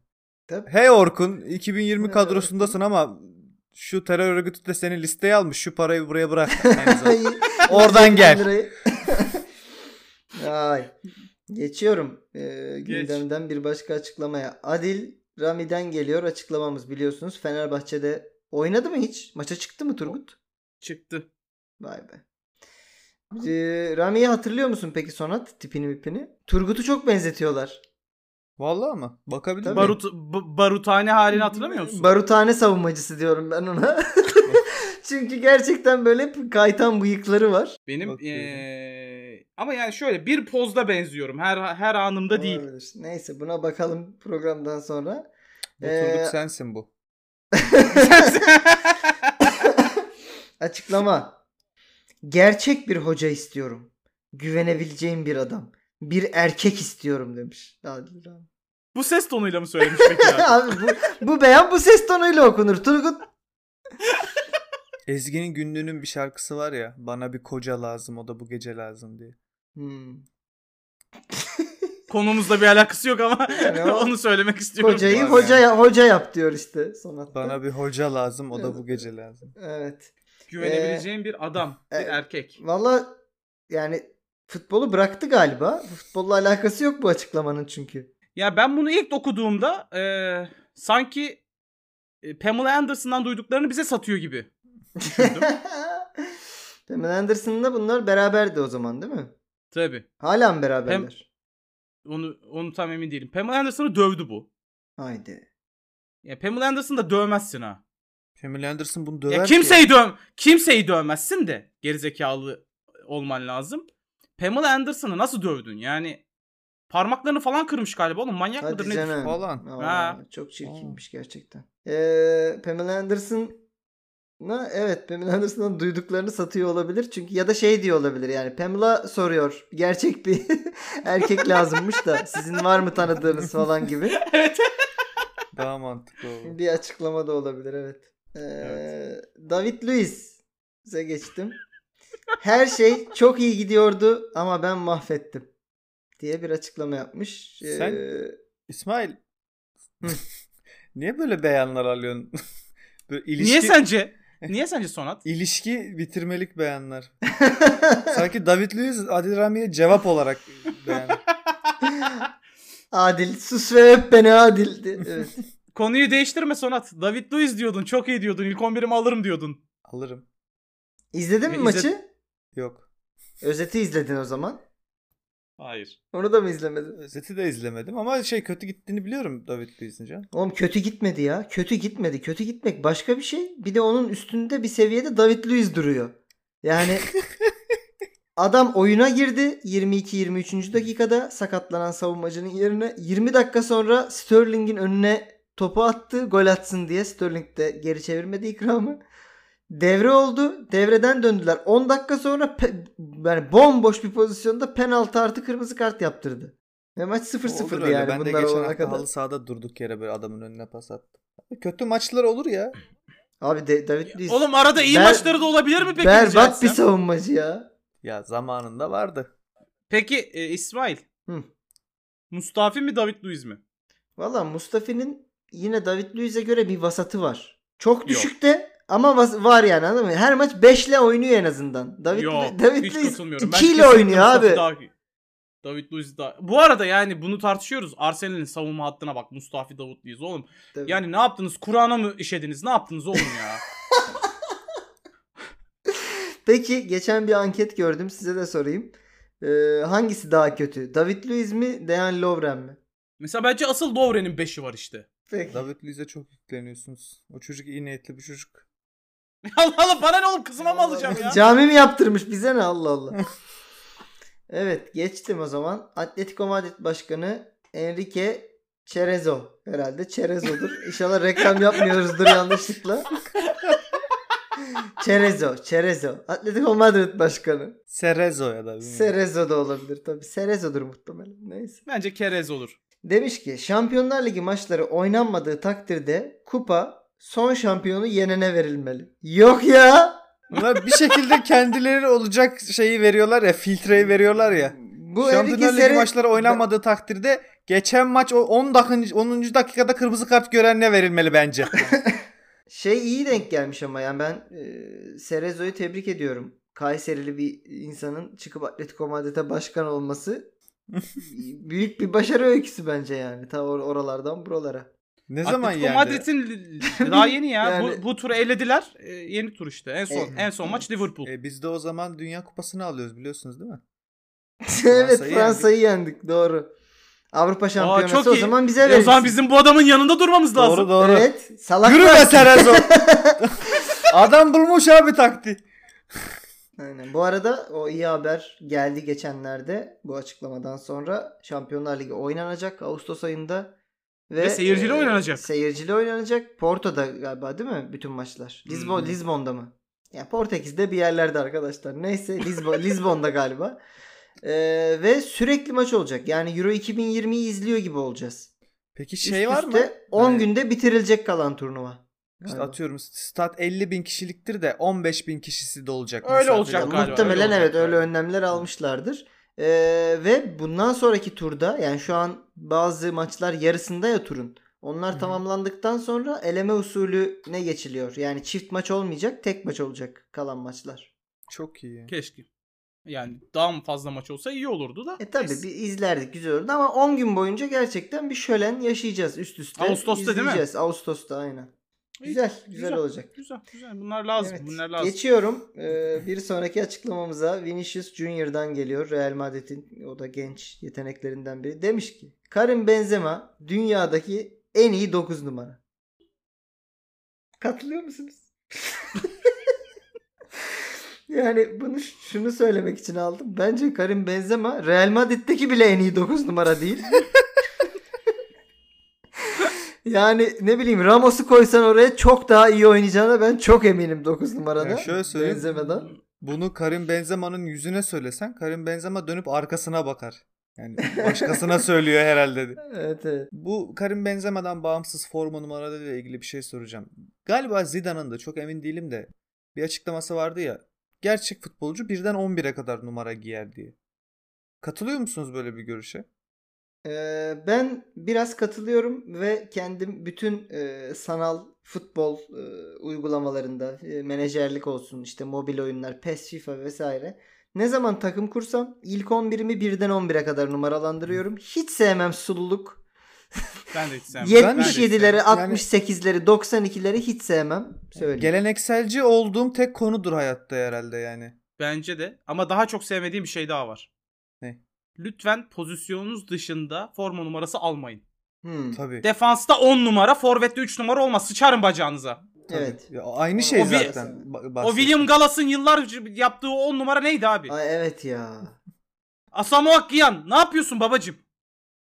Speaker 1: Tabii.
Speaker 3: Hey Orkun 2020
Speaker 1: Hey
Speaker 3: kadrosundasın ama şu terör örgütü de seni listeye almış. Şu parayı buraya bırak. Yani zaten. Oradan gel.
Speaker 1: Lirayı. Ay. Geçiyorum ee, gündemden bir başka açıklamaya. Adil Rami'den geliyor açıklamamız biliyorsunuz. Fenerbahçe'de oynadı mı hiç? Maça çıktı mı Turgut?
Speaker 2: Çıktı.
Speaker 1: Vay be. Ee, Rami'yi hatırlıyor musun peki Sonat? Tipini mipini. Turgut'u çok benzetiyorlar.
Speaker 3: Vallahi mı? Bakabilir
Speaker 1: Tabii.
Speaker 3: miyim?
Speaker 2: Barut b- barutane halini hatırlamıyor musun?
Speaker 1: Barutane savunmacısı diyorum ben ona. Çünkü gerçekten böyle hep kaytan bıyıkları var.
Speaker 2: Benim
Speaker 3: Bakıyorum.
Speaker 2: eee, ama yani şöyle bir pozda benziyorum. Her her anımda değil.
Speaker 1: Olabilir. Neyse buna bakalım programdan sonra.
Speaker 3: Bu Turgut
Speaker 1: Ee,
Speaker 3: sensin bu.
Speaker 1: Açıklama. Gerçek bir hoca istiyorum. Güvenebileceğim bir adam. Bir erkek istiyorum demiş. Adil abi.
Speaker 2: Bu ses tonuyla mı söylemiş peki abi?
Speaker 1: Abi bu, bu beyan bu ses tonuyla okunur. Turgut
Speaker 3: Ezgi'nin günlüğünün bir şarkısı var ya. Bana bir koca lazım o da bu gece lazım diye.
Speaker 1: Hmm.
Speaker 2: Konumuzla bir alakası yok ama
Speaker 1: Yani o-
Speaker 2: onu söylemek istiyorum.
Speaker 1: hocayı
Speaker 3: Var
Speaker 1: hoca hoca yap diyor işte sonatta.
Speaker 3: Bana bir hoca lazım o da bu gece lazım.
Speaker 1: Evet.
Speaker 2: Güvenebileceğim bir adam, bir
Speaker 1: e-
Speaker 2: erkek.
Speaker 1: Valla yani futbolu bıraktı galiba. Futbolla alakası yok bu açıklamanın çünkü.
Speaker 2: Ya ben bunu ilk okuduğumda eee, sanki e, Pamela Anderson'dan duyduklarını bize satıyor gibi. Düşündüm.
Speaker 1: Pamela Anderson'la bunlar beraberdi o zaman değil mi?
Speaker 2: Tabii.
Speaker 1: Hala mı beraberler?
Speaker 2: Onu onu tam emin değilim. Pamela Anderson'ı dövdü bu.
Speaker 1: Haydi.
Speaker 2: Ya Pamela Anderson'ı da dövmezsin ha.
Speaker 3: Pamela Anderson bunu döver
Speaker 2: Ya
Speaker 3: ki.
Speaker 2: kimseyi döv kimseyi dövmezsin de gerizekalı olman lazım. Pamela Anderson'ı nasıl dövdün? Yani parmaklarını falan kırmış galiba oğlum. Manyak mıdır
Speaker 1: Hadi
Speaker 2: nedir?
Speaker 1: canım.
Speaker 3: falan.
Speaker 1: Aa,
Speaker 2: Ha.
Speaker 1: Çok çirkinmiş gerçekten. Ee, Pamela Anderson'a evet Pamela Anderson'dan duyduklarını satıyor olabilir. Çünkü ya da şey diyor olabilir yani Pamela soruyor. Gerçek bir erkek lazımmış da sizin var mı tanıdığınız falan gibi.
Speaker 2: evet.
Speaker 3: Daha mantıklı olur.
Speaker 1: Bir açıklama da olabilir evet. Ee, David Luiz. Size geçtim. Her şey çok iyi gidiyordu ama ben mahvettim diye bir açıklama yapmış. Ee,
Speaker 3: Sen- İsmail.
Speaker 1: Hı.
Speaker 3: Niye böyle beyanlar alıyorsun? böyle ilişki,
Speaker 2: Niye sence? Niye sence Sonat?
Speaker 3: ilişki bitirmelik beyanlar. Sanki David Luiz Adil Rami'ye cevap olarak beyan.
Speaker 1: Adil sus ve öp beni Adil. diye. Evet.
Speaker 2: Konuyu değiştirme Sonat. David Luiz diyordun. Çok iyi diyordun. İlk 11'imi alırım diyordun.
Speaker 3: Alırım.
Speaker 1: İzledin mi
Speaker 2: İzle-
Speaker 1: maçı?
Speaker 3: Yok.
Speaker 1: Özeti izledin o zaman.
Speaker 2: Hayır.
Speaker 1: Onu da mı izlemedin?
Speaker 3: Özeti de izlemedim ama şey kötü gittiğini biliyorum David Luiz'in canım.
Speaker 1: Oğlum kötü gitmedi ya. Kötü gitmedi. Kötü gitmek başka bir şey. Bir de onun üstünde bir seviyede David Luiz duruyor. Yani adam oyuna girdi 22-23. dakikada sakatlanan savunmacının yerine 20 dakika sonra Sterling'in önüne topu attı. Gol atsın diye Sterling de geri çevirmedi ikramı. Devre oldu. Devreden döndüler. 10 dakika sonra pe- yani bomboş bir pozisyonda penaltı artı kırmızı kart yaptırdı. Ve maç
Speaker 3: Olur
Speaker 1: 0-0'dı
Speaker 3: öyle.
Speaker 1: yani.
Speaker 3: Ben de
Speaker 1: bunlar
Speaker 3: geçen
Speaker 1: olana
Speaker 3: hafta
Speaker 1: kadar.
Speaker 3: halı sahada durduk yere böyle adamın önüne pas attım. Kötü maçlar olur ya.
Speaker 1: Abi de, David Luiz
Speaker 2: Oğlum arada iyi
Speaker 1: Ber-
Speaker 2: maçları da olabilir mi peki? rica
Speaker 1: berbat
Speaker 2: etsem?
Speaker 1: bir savunmacı ya.
Speaker 3: Ya zamanında vardı.
Speaker 2: Peki e, İsmail.
Speaker 1: Hı.
Speaker 2: Mustafi mi David Luiz mi?
Speaker 1: Valla Mustafi'nin yine David Luiz'e göre bir vasatı var. Çok düşükte ama vas- var yani anladın mı? Her maç 5 ile oynuyor en azından. David,
Speaker 2: Yok,
Speaker 1: David
Speaker 2: hiç
Speaker 1: Luiz
Speaker 2: katılmıyorum.
Speaker 1: 2 ile
Speaker 2: kesinlikle
Speaker 1: oynuyor
Speaker 2: Mustafi
Speaker 1: abi.
Speaker 2: daha- David Luiz daha... Bu arada yani bunu tartışıyoruz. Arsenal'in savunma hattına bak. Mustafi Davut Luiz oğlum.
Speaker 1: Tabii.
Speaker 2: Yani ne yaptınız? Kur'an'a mı işediniz? Ne yaptınız oğlum ya?
Speaker 1: Peki geçen bir anket gördüm size de sorayım. Ee, hangisi daha kötü? David Luiz mi? Dejan Lovren mi?
Speaker 2: Mesela bence asıl Lovren'in 5'i var işte.
Speaker 1: Peki.
Speaker 3: David Luiz'e çok yükleniyorsunuz. O çocuk iyi niyetli bir çocuk.
Speaker 2: Allah Allah bana ne oğlum kızıma mı alacağım ya?
Speaker 1: Cami mi yaptırmış bize ne Allah Allah. evet geçtim o zaman. Atletico Madrid Başkanı Enrique Cerezo herhalde Cerezo'dur. İnşallah reklam yapmıyoruzdur yanlışlıkla. Cerezo, Cerezo. Atletico Madrid Başkanı.
Speaker 3: Serezo'ya da.
Speaker 2: Hmm.
Speaker 3: bilmiyorum.
Speaker 1: Cerezo da olabilir tabii. Cerezo'dur muhtemelen. Neyse.
Speaker 2: Bence Kerez olur.
Speaker 1: Demiş ki Şampiyonlar Ligi maçları oynanmadığı takdirde kupa son şampiyonu yenene verilmeli. Yok ya.
Speaker 3: Bunlar bir şekilde kendileri olacak şeyi veriyorlar ya, filtreyi şey veriyorlar ya.
Speaker 1: Bu
Speaker 3: Şampiyonlar
Speaker 1: Enrique
Speaker 3: Ligi
Speaker 1: Cere-
Speaker 3: maçları oynanmadığı takdirde geçen maç o 10 dakika 10. dakikada kırmızı kart görenine verilmeli bence.
Speaker 1: Şey iyi denk gelmiş ama yani ben e, Serezo'yu tebrik ediyorum. Kayserili bir insanın çıkıp Atletico Madrid'e başkan olması büyük bir başarı öyküsü bence yani. Ta or- oralardan buralara.
Speaker 3: ne zaman
Speaker 2: Atletico
Speaker 3: yani?
Speaker 2: Madrid'in li- li- daha yeni ya.
Speaker 1: Yani-
Speaker 2: Bu, bu turu elediler. Ee, yeni tur işte. En son
Speaker 1: Evet.
Speaker 2: en son maç Liverpool.
Speaker 3: E, biz de o zaman Dünya Kupası'nı alıyoruz biliyorsunuz değil mi?
Speaker 1: evet
Speaker 3: Fransa'yı
Speaker 1: Fransa'yı yendik doğru. Avrupa Şampiyonası
Speaker 2: çok
Speaker 1: o
Speaker 2: iyi.
Speaker 1: zaman bize
Speaker 2: E, o
Speaker 1: verirsin.
Speaker 2: zaman bizim bu adamın yanında durmamız lazım.
Speaker 3: Doğru doğru.
Speaker 1: Evet. Salak
Speaker 3: Yürü be
Speaker 1: varsın.
Speaker 3: Serazo. Adam bulmuş abi taktiği.
Speaker 1: Aynen. Bu arada o iyi haber geldi geçenlerde bu açıklamadan sonra Şampiyonlar Ligi oynanacak Ağustos ayında e,
Speaker 2: Ve seyircili oynanacak.
Speaker 1: Seyircili oynanacak. Porto'da galiba değil mi bütün maçlar? Lisbon
Speaker 2: Hmm.
Speaker 1: Lizbon'da mı? Ya Portekiz'de bir yerlerde arkadaşlar. Neyse Lizbon Lizbon'da galiba. Ee, ve sürekli maç olacak. Yani Euro 2020'yi izliyor gibi olacağız.
Speaker 3: Peki
Speaker 1: Üst
Speaker 3: şey var mı?
Speaker 1: üste 10
Speaker 3: Ee,
Speaker 1: günde bitirilecek kalan turnuva.
Speaker 3: İşte
Speaker 1: Galiba.
Speaker 3: atıyorum stat 50 bin kişiliktir de 15 bin kişisi de olacak.
Speaker 2: Öyle
Speaker 3: mesafede.
Speaker 2: olacak
Speaker 1: Ya
Speaker 2: galiba, öyle
Speaker 1: Muhtemelen
Speaker 2: olacak
Speaker 1: evet öyle
Speaker 2: galiba.
Speaker 1: önlemler almışlardır. Ee, ve bundan sonraki turda yani şu an bazı maçlar yarısında ya turun. Onlar
Speaker 3: Hı hı.
Speaker 1: tamamlandıktan sonra eleme usulüne geçiliyor. Yani çift maç olmayacak, tek maç olacak kalan maçlar.
Speaker 3: Çok iyi.
Speaker 2: Keşke. Yani daha mı fazla maç olsa iyi olurdu da.
Speaker 1: E tabi
Speaker 2: Neyse.
Speaker 1: bir izlerdik güzel olurdu ama 10 gün boyunca gerçekten bir şölen yaşayacağız üst üste.
Speaker 2: Ağustos'ta değil mi?
Speaker 1: izleyeceğiz. Ağustos'ta aynen.
Speaker 2: İyi,
Speaker 1: Güzel, güzel olacak.
Speaker 2: Güzel, güzel. Bunlar lazım.
Speaker 1: Evet.
Speaker 2: Bunlar lazım.
Speaker 1: Geçiyorum. Ee, bir sonraki açıklamamıza Vinicius Junior'dan geliyor. Real Madrid'in o da genç yeteneklerinden biri. Demiş ki Karim Benzema dünyadaki en iyi 9 numara. Katılıyor musunuz? yani bunu şunu söylemek için aldım. Bence Karim Benzema Real Madrid'deki bile en iyi 9 numara değil. Yani ne bileyim Ramos'u koysan oraya çok daha iyi oynayacağına ben çok eminim 9 numarada.
Speaker 3: Yani şöyle söyleyeyim.
Speaker 1: Benzema'dan.
Speaker 3: Bunu Karim Benzema'nın yüzüne söylesen Karim Benzema dönüp arkasına bakar. Yani başkasına söylüyor herhalde. de.
Speaker 1: Evet evet.
Speaker 3: Bu Karim Benzema'dan bağımsız forma numaralarıyla ilgili bir şey soracağım. Galiba Zidane'ın da çok emin değilim de bir açıklaması vardı ya. Gerçek futbolcu birden 11'e kadar numara giyer diye. Katılıyor musunuz böyle bir görüşe?
Speaker 1: Ee, ben biraz katılıyorum ve kendim bütün e, sanal futbol e, uygulamalarında e, menajerlik olsun işte mobil oyunlar PES, FIFA vesaire ne zaman takım kursam ilk 11'imi birden 11'e kadar numaralandırıyorum. Hiç sevmem sululuk.
Speaker 2: Ben de hiç sevmem.
Speaker 3: Yetmiş
Speaker 2: Ben de hiç sevmem.
Speaker 1: 77'leri,
Speaker 3: Yani-
Speaker 1: 68'leri, 92'leri hiç sevmem. Söyleyeyim.
Speaker 3: Gelenekselci olduğum tek konudur hayatta herhalde yani.
Speaker 2: Bence de. Ama daha çok sevmediğim bir şey daha var.
Speaker 3: Ne?
Speaker 2: Lütfen pozisyonunuz dışında forma numarası almayın.
Speaker 1: Hmm,
Speaker 3: Tabii.
Speaker 2: Defansta 10 numara, forvette 3 numara olmaz. Sıçarım bacağınıza.
Speaker 3: tabii.
Speaker 1: Evet.
Speaker 3: Ya aynı şey
Speaker 2: O Wi-
Speaker 3: zaten. ba-
Speaker 2: O
Speaker 3: bahsettiğim.
Speaker 2: William Gallas'ın yıllarca yaptığı 10 numara neydi abi?
Speaker 1: Ay evet ya.
Speaker 2: Asamoah Gyan. Ne yapıyorsun babacım?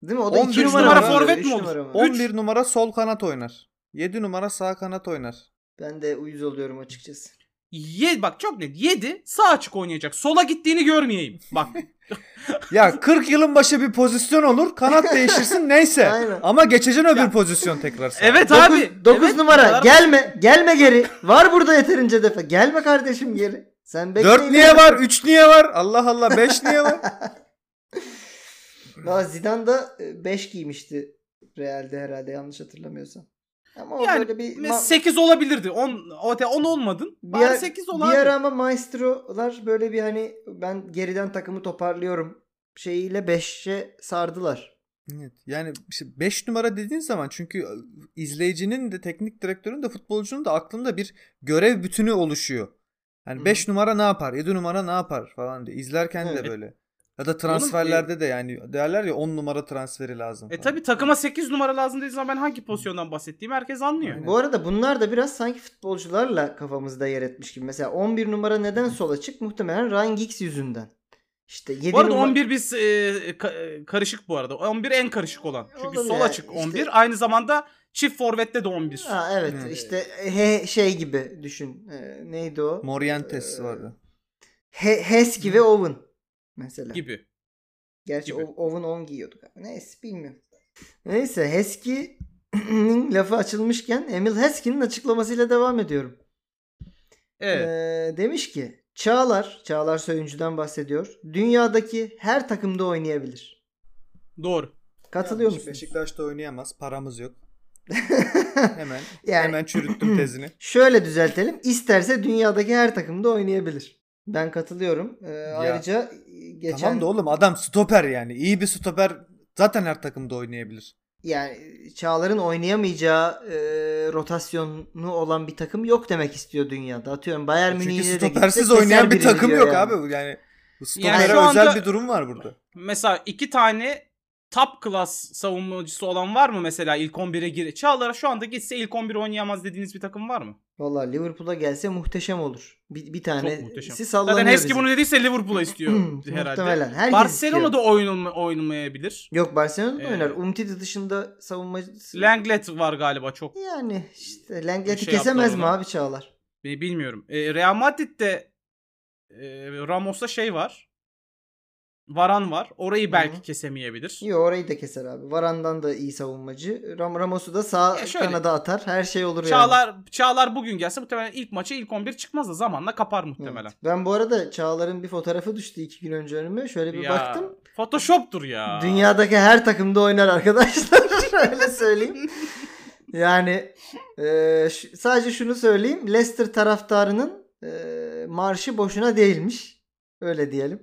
Speaker 1: Değil mi? O da
Speaker 3: 11
Speaker 1: 2 numara,
Speaker 3: numara
Speaker 1: mı oluyor,
Speaker 2: forvet
Speaker 1: üç
Speaker 2: mi olur?
Speaker 1: numara mı?
Speaker 2: O-
Speaker 3: 11 numara sol kanat oynar. 7 numara sağ kanat oynar.
Speaker 1: Ben de uyuz oluyorum açıkçası.
Speaker 2: Ye bak çok net. 7 sağ açık oynayacak. Sola gittiğini görmeyeyim. Bak.
Speaker 3: Ya 40 yılın başı bir pozisyon olur. Kanat değişirsin neyse.
Speaker 1: Aynen.
Speaker 3: Ama geçeceksin öbür
Speaker 2: Ya.
Speaker 3: pozisyon tekrar sana.
Speaker 2: evet abi.
Speaker 1: 9, 9
Speaker 2: Evet,
Speaker 1: numara
Speaker 2: kadar-
Speaker 1: gelme gelme geri. Var burada yeterince defa. Gelme kardeşim geri. Sen bekle.
Speaker 3: 4 niye var? 3 niye var? Allah Allah 5 niye var?
Speaker 1: Daha Zidane da 5 giymişti Real'de herhalde yanlış hatırlamıyorsam. Ama o
Speaker 2: Yani
Speaker 1: böyle bir ma-
Speaker 2: 8 olabilirdi. 10 10 olmadın.
Speaker 1: Bir
Speaker 2: Bari
Speaker 1: ara-
Speaker 2: 8
Speaker 1: bir
Speaker 2: olan.
Speaker 1: ara ama maestrolar böyle bir hani ben geriden takımı toparlıyorum şeyiyle 5'e sardılar.
Speaker 3: Evet. Yani 5 numara dediğin zaman çünkü izleyicinin de teknik direktörün de futbolcunun da aklında bir görev bütünü oluşuyor.
Speaker 1: Hı.
Speaker 3: Yani 5 numara ne yapar? 7 numara ne yapar falan diye izlerken
Speaker 1: Evet.
Speaker 3: de böyle. Ya da transferlerde de yani derler ya 10 numara transferi lazım.
Speaker 2: E
Speaker 3: falan.
Speaker 2: tabi takıma 8 numara lazım dediği zaman ben hangi pozisyondan bahsettiğimi herkes anlıyor.
Speaker 3: Aynen.
Speaker 1: Bu arada bunlar da biraz sanki futbolcularla kafamızda yer etmiş gibi. Mesela 11 numara neden sola çık? Muhtemelen Ryan Giggs yüzünden. İşte 7
Speaker 2: Bu arada
Speaker 1: numara...
Speaker 2: 11 biz e, ka- e, karışık bu arada. 11 en karışık olan. Çünkü
Speaker 1: Oğlum
Speaker 2: sol
Speaker 1: ya,
Speaker 2: açık
Speaker 1: işte-
Speaker 2: 11. Aynı zamanda çift forvette de 11.
Speaker 1: Ha, evet
Speaker 3: Yani.
Speaker 1: işte
Speaker 2: e,
Speaker 1: he, şey gibi düşün. Ee, neydi o?
Speaker 3: Morientes
Speaker 1: Ee,
Speaker 3: vardı.
Speaker 1: He, Heskey ve Owen mesela.
Speaker 2: Gibi.
Speaker 1: Gerçi
Speaker 2: gibi.
Speaker 1: O- Owen 10 giyiyordu. galiba. Neyse bilmiyorum. Neyse Heskey'nin lafı açılmışken Emil Heskey'nin açıklamasıyla devam ediyorum.
Speaker 2: Evet.
Speaker 1: Ee, demiş ki Çağlar, Çağlar Söyüncü'den bahsediyor. Dünyadaki her takımda oynayabilir.
Speaker 2: Doğru.
Speaker 1: Katılıyor
Speaker 3: Yanlış,
Speaker 1: musun?
Speaker 3: Beşiktaş'ta oynayamaz. Paramız yok. Hemen
Speaker 1: Yani-
Speaker 3: hemen çürüttüm tezini.
Speaker 1: Şöyle düzeltelim. İsterse dünyadaki her takımda oynayabilir. Ben katılıyorum. Ee, ayrıca e, geçen
Speaker 3: Tamam da oğlum adam stoper yani. İyi bir stoper zaten her takımda oynayabilir.
Speaker 1: yani Çağlar'ın oynayamayacağı e, rotasyonu olan bir takım yok demek istiyor dünyada. Atıyorum
Speaker 2: E
Speaker 1: Bayern Münih'e de
Speaker 3: Çünkü
Speaker 1: gitse
Speaker 3: stopersiz
Speaker 1: keser
Speaker 3: oynayan bir
Speaker 1: birini
Speaker 3: takım
Speaker 1: diyor
Speaker 3: yok
Speaker 1: yani.
Speaker 3: abi. Yani bu stopere
Speaker 2: şu anda-
Speaker 3: özel bir durum var burada.
Speaker 2: Mesela iki tane top class savunmacısı olan var mı mesela ilk 11'e gir? Çağlar şu anda gitse ilk 11 oynayamaz dediğiniz bir takım var mı?
Speaker 1: Vallahi Liverpool'a gelse muhteşem olur. Bir, bir
Speaker 2: Çok
Speaker 1: tane
Speaker 2: muhteşem.
Speaker 1: siz
Speaker 2: Zaten
Speaker 1: sallanıyor
Speaker 2: hepsi
Speaker 1: bizim.
Speaker 2: bunu dediyse Liverpool'a istiyor herhalde.
Speaker 1: Muhtemelen. Herkes
Speaker 2: Barcelona'da
Speaker 1: istiyor.
Speaker 2: oynanma- oynanmayabilir.
Speaker 1: Yok Barcelona'da
Speaker 2: Ee,
Speaker 1: oynar. Umtiti dışında savunmacısı.
Speaker 2: Lenglet var galiba çok.
Speaker 1: yani işte Lenglet'i
Speaker 2: Bir şey
Speaker 1: kesemez
Speaker 2: yaptı
Speaker 1: mi
Speaker 2: ona.
Speaker 1: abi Çağlar?
Speaker 2: Bi- Bilmiyorum. E, Real Madrid'de e, Ramos'ta şey var. Varan var. Orayı belki
Speaker 1: Hı.
Speaker 2: kesemeyebilir.
Speaker 1: Yo orayı da keser abi. Varan'dan da iyi savunmacı. Ram Ramos'u da sağ
Speaker 2: Ya şöyle.
Speaker 1: kanada atar. Her şey olur yani.
Speaker 2: Çağlar Çağlar bugün gelse muhtemelen ilk maça ilk 11 çıkmaz da zamanla kapar
Speaker 1: Evet.
Speaker 2: muhtemelen.
Speaker 1: Ben bu arada Çağlar'ın bir fotoğrafı düştü iki gün önce önüme. Şöyle E, bir
Speaker 2: Ya,
Speaker 1: baktım.
Speaker 2: Photoshop'tur ya.
Speaker 1: Dünyadaki her takımda oynar arkadaşlar. Öyle söyleyeyim. Yani e, ş- sadece şunu söyleyeyim. Leicester taraftarının e, marşı boşuna değilmiş. Öyle diyelim.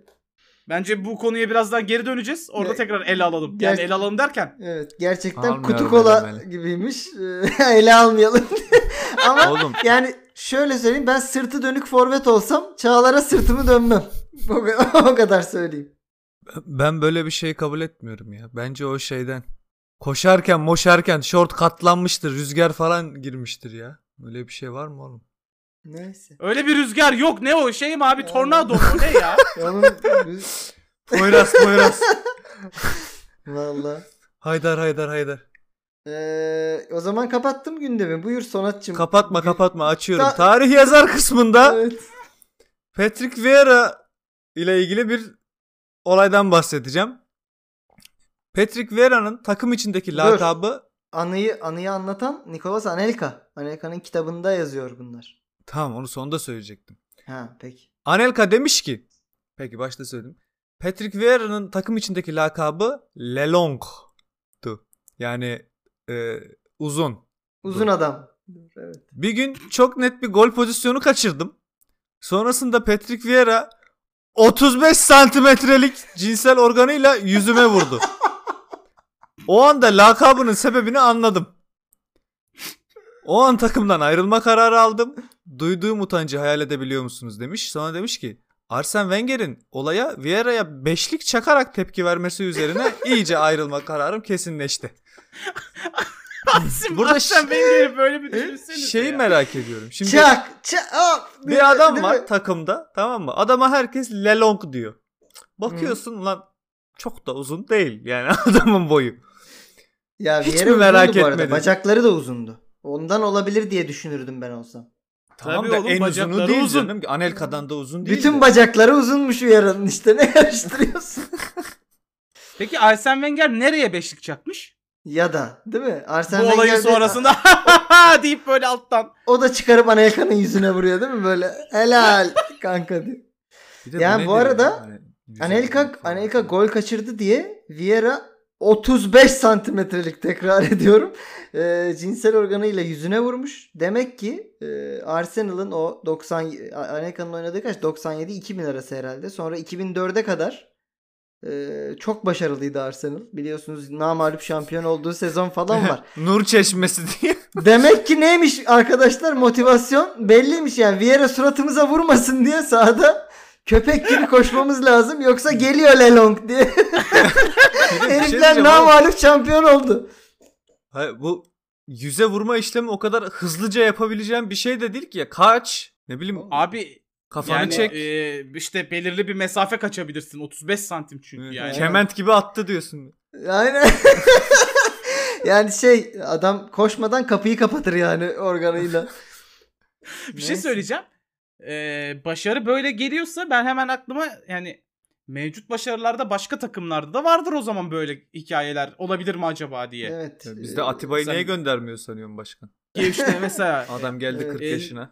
Speaker 2: Bence bu konuya birazdan geri döneceğiz. Orada
Speaker 1: Ya-
Speaker 2: tekrar ele alalım.
Speaker 1: Gerçi-
Speaker 2: Yani ele alalım derken
Speaker 1: Evet gerçekten
Speaker 3: Almayalım
Speaker 1: kutu kola
Speaker 3: elemeli.
Speaker 1: gibiymiş. E, Ele almayalım. Ama
Speaker 3: Oğlum
Speaker 1: yani şöyle söyleyeyim ben sırtı dönük forvet olsam Çağlar'a sırtımı dönmem. O, ka- o kadar söyleyeyim.
Speaker 3: ben böyle bir şey kabul etmiyorum ya. Bence o şeyden koşarken moşarken şort katlanmıştır. Rüzgar falan girmiştir ya. Öyle bir şey var mı oğlum?
Speaker 1: Neyse.
Speaker 2: öyle bir rüzgar yok. Ne o şey mi abi?
Speaker 1: Ya.
Speaker 2: Tornado mu? Ne ya?
Speaker 1: Onun
Speaker 3: Poyraz Poyraz.
Speaker 1: Valla.
Speaker 3: haydar haydar haydar.
Speaker 1: Ee, o zaman kapattım gündemi. Buyur Sonatçım.
Speaker 3: Kapatma kapatma açıyorum.
Speaker 1: Ta- Ee,
Speaker 3: Tarih yazar kısmında
Speaker 1: Evet.
Speaker 3: Patrick Vieira ile ilgili bir olaydan bahsedeceğim. Patrick Vieira'nın takım içindeki
Speaker 1: Dur.
Speaker 3: lakabı
Speaker 1: Anıyı, anıyı anlatan Nicolas Anelka. Anelka'nın kitabında yazıyor bunlar.
Speaker 3: Tamam onu sonunda söyleyecektim.
Speaker 1: Ha peki.
Speaker 3: Anelka demiş ki Peki başta söyledim. Patrick Vieira'nın takım içindeki lakabı Lelong'tu. Yani e, uzun.
Speaker 1: Uzun adam. Evet.
Speaker 3: Bir gün çok net bir gol pozisyonu kaçırdım. Sonrasında Patrick Vieira 35 santimetrelik cinsel organıyla yüzüme vurdu. O anda lakabının sebebini anladım. O an takımdan ayrılma kararı aldım. Duyduğum utancı hayal edebiliyor musunuz demiş. Sonra demiş ki Arsene Wenger'in olaya Vieira'ya beşlik çakarak tepki vermesi üzerine iyice ayrılma kararım kesinleşti.
Speaker 2: Asim
Speaker 3: Burada
Speaker 2: Burada sen
Speaker 3: ş-
Speaker 2: beni gelip böyle bir düşünseniz
Speaker 1: Şey
Speaker 3: Şeyi
Speaker 2: ya.
Speaker 3: merak ediyorum. Şimdi
Speaker 1: Çak! Çak! hop!
Speaker 3: bir adam
Speaker 1: Değil
Speaker 3: var
Speaker 1: mi?
Speaker 3: takımda tamam mı? Adama herkes Lelong diyor. Bakıyorsun lan çok da uzun değil yani adamın boyu.
Speaker 1: Ya
Speaker 3: Hiç
Speaker 1: Vieira
Speaker 3: mi merak
Speaker 1: uzundu bu arada.
Speaker 3: etmedin?
Speaker 1: Bacakları da uzundu. Ondan olabilir diye düşünürdüm ben olsam.
Speaker 3: Tamam
Speaker 2: Tabii
Speaker 3: da
Speaker 2: oğlum,
Speaker 3: en uzunu
Speaker 2: bacakları
Speaker 3: değil
Speaker 2: uzun.
Speaker 3: canım. Anelka'dan da uzun değil.
Speaker 1: Bütün
Speaker 3: de.
Speaker 1: bacakları uzunmuş Vieira'nın işte. Ne karıştırıyorsun?
Speaker 2: Peki Arsene Wenger nereye beşlik çakmış?
Speaker 1: ya da değil mi? Arsene
Speaker 2: Bu olayın
Speaker 1: Wenger de-
Speaker 2: sonrasında deyip böyle alttan.
Speaker 1: O da çıkarıp Anelka'nın yüzüne vuruyor değil mi? Böyle helal kanka diye.
Speaker 3: Bir de
Speaker 1: Yani
Speaker 3: ne
Speaker 1: bu
Speaker 3: diyor
Speaker 1: arada
Speaker 3: yani? Yüz
Speaker 1: Anelka,
Speaker 3: elli falan.
Speaker 1: Anelka gol kaçırdı diye Vieira 35 santimetrelik tekrar ediyorum. E, cinsel organıyla yüzüne vurmuş. Demek ki e, Arsenal'ın o 90 Anelka'nın oynadığı kaç? 97 2000 arası herhalde. Sonra 2004'e kadar e, çok başarılıydı Arsenal. Biliyorsunuz namağlup şampiyon olduğu sezon falan var.
Speaker 3: Nur çeşmesi diye.
Speaker 1: Demek ki neymiş arkadaşlar motivasyon belliymiş yani Vieira suratımıza vurmasın diye sahada köpek gibi koşmamız lazım yoksa geliyor Lelong diye.
Speaker 3: Bir de bir şey
Speaker 1: Herifler
Speaker 3: diyeceğim oğlum.
Speaker 1: namalif şampiyon oldu.
Speaker 3: Hayır, bu yüze vurma işlemi o kadar hızlıca yapabileceğim bir şey de değil ki ya. Kaç. Ne bileyim
Speaker 2: Abi
Speaker 3: kafanı
Speaker 2: yani
Speaker 3: çek.
Speaker 2: e, işte belirli bir mesafe kaçabilirsin. 35 santim çünkü yani.
Speaker 3: Kement gibi attı diyorsun.
Speaker 1: Aynen. yani şey adam koşmadan kapıyı kapatır yani organıyla.
Speaker 2: Bir şey
Speaker 1: Neyse.
Speaker 2: söyleyeceğim. Ee, başarı böyle geliyorsa ben hemen aklıma yani mevcut başarılarda başka takımlarda da vardır o zaman böyle hikayeler olabilir mi acaba diye.
Speaker 1: Evet.
Speaker 3: Bizde
Speaker 1: Ee,
Speaker 3: Atiba'yı
Speaker 2: sen-
Speaker 3: niye göndermiyor sanıyorum başkan?
Speaker 2: Ki işte mesela
Speaker 3: Adam geldi
Speaker 1: Evet.
Speaker 3: 40
Speaker 2: E,
Speaker 3: yaşına.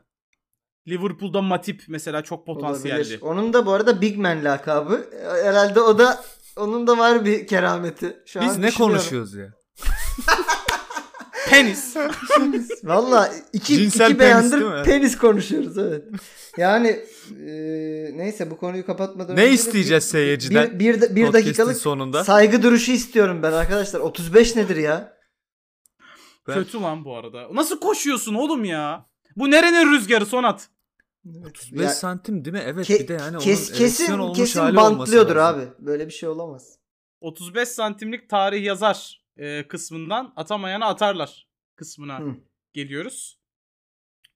Speaker 2: Liverpool'da Matip mesela çok potansiyelli.
Speaker 1: Ee, olabilir. Onun da bu arada Big Man lakabı. Herhalde o da onun da var bir kerameti. Şu
Speaker 3: Biz
Speaker 1: an
Speaker 3: ne
Speaker 1: düşünüyorum.
Speaker 3: konuşuyoruz ya?
Speaker 2: Penis.
Speaker 1: Valla iki,
Speaker 3: Cinsel
Speaker 1: iki
Speaker 3: penis
Speaker 1: beyandır
Speaker 3: değil mi?
Speaker 1: penis konuşuyoruz evet. Yani e, neyse bu konuyu kapatmadan
Speaker 3: Ne
Speaker 1: önce de
Speaker 3: isteyeceğiz
Speaker 1: bir- Bir,
Speaker 3: seyirciden?
Speaker 1: bir, bir
Speaker 3: Podcast'in
Speaker 1: dakikalık
Speaker 3: sonunda.
Speaker 1: saygı duruşu istiyorum ben arkadaşlar. 35 nedir ya?
Speaker 3: Ben-
Speaker 2: Kötü lan bu arada. Nasıl koşuyorsun oğlum ya? Bu nerenin rüzgarı Sonat?
Speaker 3: 35
Speaker 1: Ya,
Speaker 3: santim değil mi? Evet
Speaker 1: ke-
Speaker 3: bir de yani
Speaker 1: kes,
Speaker 3: onun
Speaker 1: kesin
Speaker 3: ereksiyon olmuş
Speaker 1: kesin
Speaker 3: hali olması
Speaker 1: bantlıyordur
Speaker 3: lazım.
Speaker 1: abi. Böyle bir şey olamaz.
Speaker 2: 35 santimlik tarih yazar e, kısmından atamayana atarlar kısmına
Speaker 1: Hı.
Speaker 2: geliyoruz.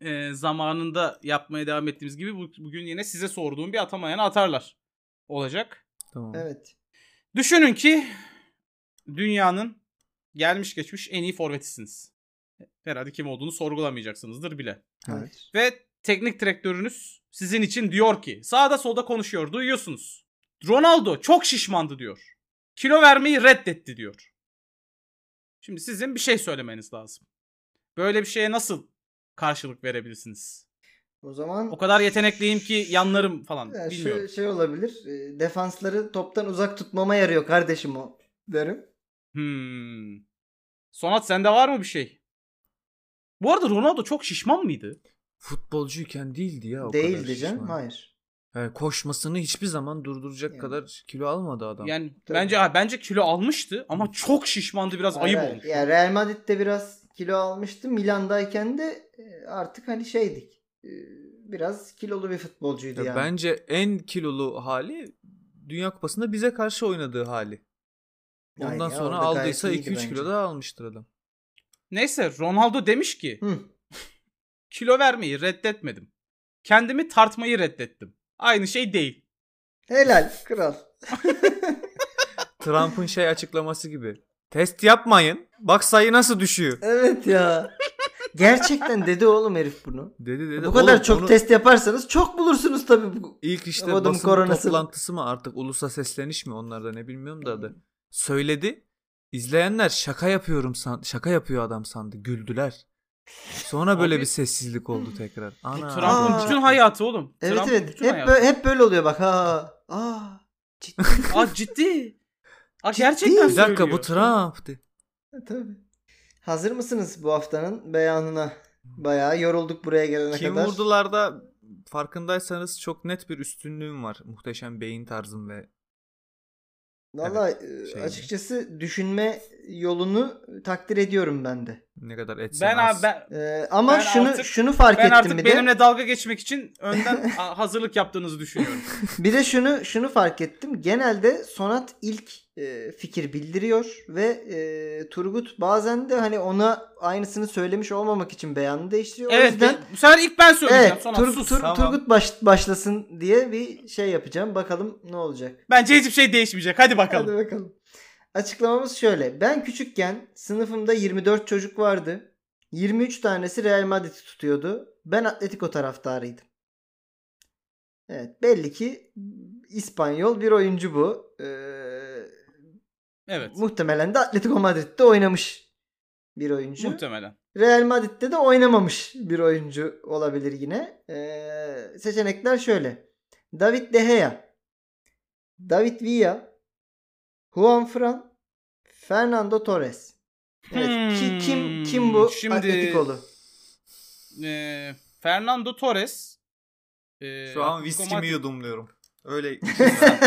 Speaker 2: E, zamanında yapmaya devam ettiğimiz gibi bu- bugün yine size sorduğum bir atamayana atarlar olacak.
Speaker 3: Tamam.
Speaker 1: Evet.
Speaker 2: Düşünün ki dünyanın gelmiş geçmiş en iyi forvetisiniz. Herhalde kim olduğunu sorgulamayacaksınızdır bile.
Speaker 1: Hayır.
Speaker 2: Ve teknik direktörünüz sizin için diyor ki sağda solda konuşuyor duyuyorsunuz. Ronaldo çok şişmandı diyor. Kilo vermeyi reddetti diyor. Şimdi sizin bir şey söylemeniz lazım. Böyle bir şeye nasıl karşılık verebilirsiniz?
Speaker 1: O zaman
Speaker 2: O kadar yetenekliyim ki yanlarım falan.
Speaker 1: Ya şu-
Speaker 2: Bilmiyorum.
Speaker 1: şey olabilir. e, Defansları toptan uzak tutmama yarıyor kardeşim o derim.
Speaker 2: Hmm. Sonat sende var mı bir şey? Bu arada Ronaldo çok şişman mıydı?
Speaker 3: Futbolcuyken değildi ya o kadar.
Speaker 1: Değildi
Speaker 3: şişman.
Speaker 1: canım. Hayır.
Speaker 3: Yani koşmasını hiçbir zaman durduracak
Speaker 1: Yani.
Speaker 3: kadar kilo almadı adam.
Speaker 2: Yani
Speaker 1: Tabii.
Speaker 2: bence ha, bence kilo almıştı ama çok şişmandı biraz
Speaker 1: Hayır,
Speaker 2: ayıp
Speaker 1: hayır.
Speaker 2: olmuş.
Speaker 1: Ya Real Madrid'de biraz kilo almıştı. Milan'dayken de e, artık hani şeydik. e, Biraz kilolu bir futbolcuydu
Speaker 3: Ya
Speaker 1: yani.
Speaker 3: Bence en kilolu hali Dünya Kupası'nda bize karşı oynadığı hali.
Speaker 1: Yani
Speaker 3: Ondan
Speaker 1: ya
Speaker 3: sonra
Speaker 1: orada gayet
Speaker 3: aldıysa
Speaker 1: iyiydi
Speaker 3: 2-3 kilo
Speaker 1: bence.
Speaker 3: daha almıştır adam.
Speaker 2: Neyse Ronaldo demiş ki
Speaker 1: Hı.
Speaker 2: kilo vermeyi reddetmedim. Kendimi tartmayı reddettim. Aynı şey değil.
Speaker 1: Helal kral.
Speaker 3: Trump'ın şey açıklaması gibi. Test yapmayın. Bak sayı nasıl düşüyor.
Speaker 1: Evet ya. Gerçekten dedi oğlum herif bunu.
Speaker 3: Dedi dedi.
Speaker 1: Bu kadar
Speaker 3: Oğlum
Speaker 1: çok
Speaker 3: onu
Speaker 1: test yaparsanız çok bulursunuz tabii. bu-
Speaker 3: İlk işte
Speaker 1: Bu adamın
Speaker 3: basın
Speaker 1: koronası-
Speaker 3: toplantısı mı artık ulusa sesleniş mi onlarda ne bilmiyorum da
Speaker 1: Hmm.
Speaker 3: adı. Söyledi. İzleyenler şaka yapıyorum san şaka yapıyor adam sandı. Güldüler. Sonra böyle
Speaker 2: Abi-
Speaker 3: bir sessizlik oldu tekrar. Ana.
Speaker 2: Trump'ın
Speaker 1: Aa.
Speaker 2: bütün hayatı oğlum.
Speaker 1: Evet
Speaker 2: Trump'ın
Speaker 1: evet.
Speaker 2: bütün
Speaker 1: Hep,
Speaker 2: hayatı.
Speaker 1: böyle, hep böyle oluyor bak. Ha. Ah, Aa. Ciddi.
Speaker 2: Aa ciddi. Aa gerçekten
Speaker 3: Bir dakika bu
Speaker 2: söylüyor.
Speaker 3: Trump'tı.
Speaker 1: Tabii. Hazır mısınız bu haftanın beyanına? Bayağı yorulduk buraya gelene
Speaker 3: Kim
Speaker 1: kadar.
Speaker 3: vurdularda farkındaysanız çok net bir üstünlüğüm var. Muhteşem beyin tarzım ve
Speaker 1: Valla e,
Speaker 3: şeydi.
Speaker 1: açıkçası düşünme yolunu takdir ediyorum ben de.
Speaker 3: ne kadar etsem
Speaker 2: Ben
Speaker 3: az.
Speaker 2: abi ben,
Speaker 1: E, ama
Speaker 2: Ben
Speaker 1: şunu
Speaker 2: artık-
Speaker 1: şunu fark
Speaker 2: ben
Speaker 1: ettim
Speaker 2: artık
Speaker 1: bir de.
Speaker 2: benimle dalga geçmek için önden a- hazırlık yaptığınızı düşünüyorum.
Speaker 1: Bir de şunu şunu fark ettim. Genelde Sonat ilk e, fikir bildiriyor ve e, Turgut bazen de hani ona aynısını söylemiş olmamak için beyanını değiştiriyor. O
Speaker 2: evet
Speaker 1: yüzden
Speaker 2: ben, bu sefer ilk ben söyleyeceğim.
Speaker 1: evet
Speaker 2: Sonra
Speaker 1: Tur-
Speaker 2: sus.
Speaker 1: Tur-
Speaker 3: tamam.
Speaker 1: Turgut baş- başlasın diye bir şey yapacağım. Bakalım ne olacak.
Speaker 2: Bence hiçbir şey değişmeyecek. Hadi bakalım.
Speaker 1: Hadi bakalım. Açıklamamız şöyle. Ben küçükken sınıfımda 24 çocuk vardı. 23 tanesi Real Madrid'i tutuyordu. Ben Atletico taraftarıydım. Evet belli ki İspanyol bir oyuncu bu. Ee,
Speaker 2: Evet.
Speaker 1: Muhtemelen de Atletico Madrid'de oynamış bir oyuncu.
Speaker 2: Muhtemelen.
Speaker 1: Real Madrid'de de oynamamış bir oyuncu olabilir yine. Ee, seçenekler şöyle. David De Gea, David Villa, Juan Fran, Fernando Torres. Evet. ki- kim kim bu
Speaker 2: Hmm, şimdi-
Speaker 1: Atletico'lu?
Speaker 2: Ee, Fernando Torres. ee,
Speaker 3: Şu an
Speaker 2: Atletico
Speaker 3: viskimi
Speaker 2: Madrid-
Speaker 3: yudumluyorum. Öyle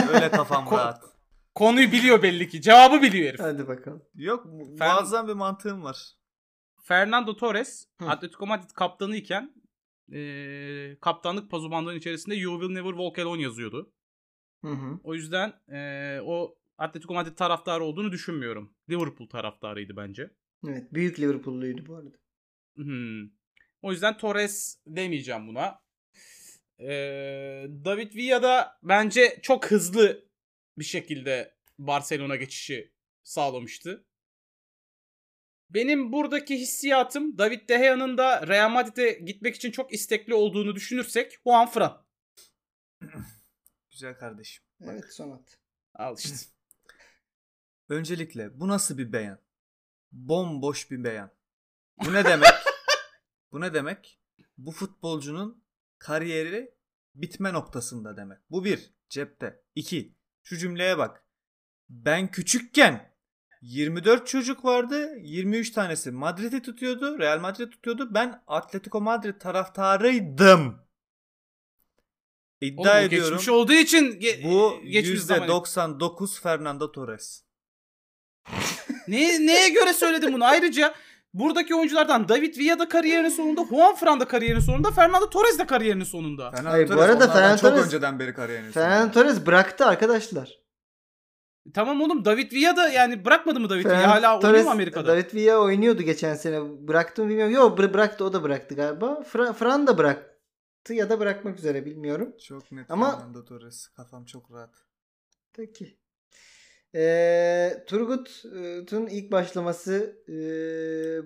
Speaker 3: öyle kafam
Speaker 2: Ko-
Speaker 3: rahat.
Speaker 2: Konuyu biliyor belli ki. Cevabı biliyor herif.
Speaker 1: Hadi bakalım.
Speaker 3: Yok mu-
Speaker 2: Fen-
Speaker 3: muazzam bir mantığım var.
Speaker 2: Fernando Torres
Speaker 1: Hı.
Speaker 2: Atletico Madrid kaptanı iken eee, kaptanlık pazubanlığının içerisinde You Will Never Walk Alone yazıyordu.
Speaker 1: Hı hı.
Speaker 2: O yüzden eee, o Atletico Madrid taraftarı olduğunu düşünmüyorum. Liverpool taraftarıydı bence.
Speaker 1: Evet, büyük Liverpool'luydu bu arada.
Speaker 2: Hmm. O yüzden Torres demeyeceğim buna. Eee, David Villa da bence çok hızlı bir şekilde Barcelona geçişi sağlamıştı. Benim buradaki hissiyatım David De Gea'nın da Real Madrid'e gitmek için çok istekli olduğunu düşünürsek Juan Fran.
Speaker 3: Güzel kardeşim.
Speaker 1: Evet, Sonat.
Speaker 2: Al işte.
Speaker 3: Öncelikle bu nasıl bir beyan? Bomboş bir beyan. Bu ne demek? bu ne demek? Bu futbolcunun kariyeri bitme noktasında demek. Bu bir. Cepte. İki. Şu cümleye bak. Ben küçükken 24 çocuk vardı. 23 tanesi Madrid'i tutuyordu. Real Madrid tutuyordu. Ben Atletico Madrid taraftarıydım.
Speaker 2: Oğlum,
Speaker 3: İddia
Speaker 2: o
Speaker 3: ediyorum.
Speaker 2: geçmiş olduğu için ge-
Speaker 3: Bu
Speaker 2: geçmiş zaman-
Speaker 3: %99 Fernando Torres.
Speaker 2: Ne, neye göre söyledim bunu? Ayrıca buradaki oyunculardan David Villa da kariyerinin sonunda, Juan Fran da kariyerinin sonunda, Fernando Torres de kariyerinin sonunda.
Speaker 3: Fernando
Speaker 1: Hayır, bu
Speaker 3: Torres
Speaker 1: arada
Speaker 3: onlardan
Speaker 1: Fernando
Speaker 3: çok
Speaker 1: Torres-
Speaker 3: önceden beri kariyerini
Speaker 1: Fernando Torres bıraktı arkadaşlar.
Speaker 2: Tamam oğlum David Villa da yani bırakmadı mı David
Speaker 1: Ferran
Speaker 2: Villa? Hala oynuyor
Speaker 1: Torres,
Speaker 2: mu Amerika'da?
Speaker 1: David Villa oynuyordu geçen sene. Bıraktı mı bilmiyorum. Yok bıra- bıraktı o da bıraktı galiba. Fra- Fran da bıraktı ya da bırakmak üzere bilmiyorum.
Speaker 3: Çok net
Speaker 1: Ama-
Speaker 3: Fernando Torres. Kafam çok rahat.
Speaker 1: Peki. Ee, Turgut'un ilk başlaması e,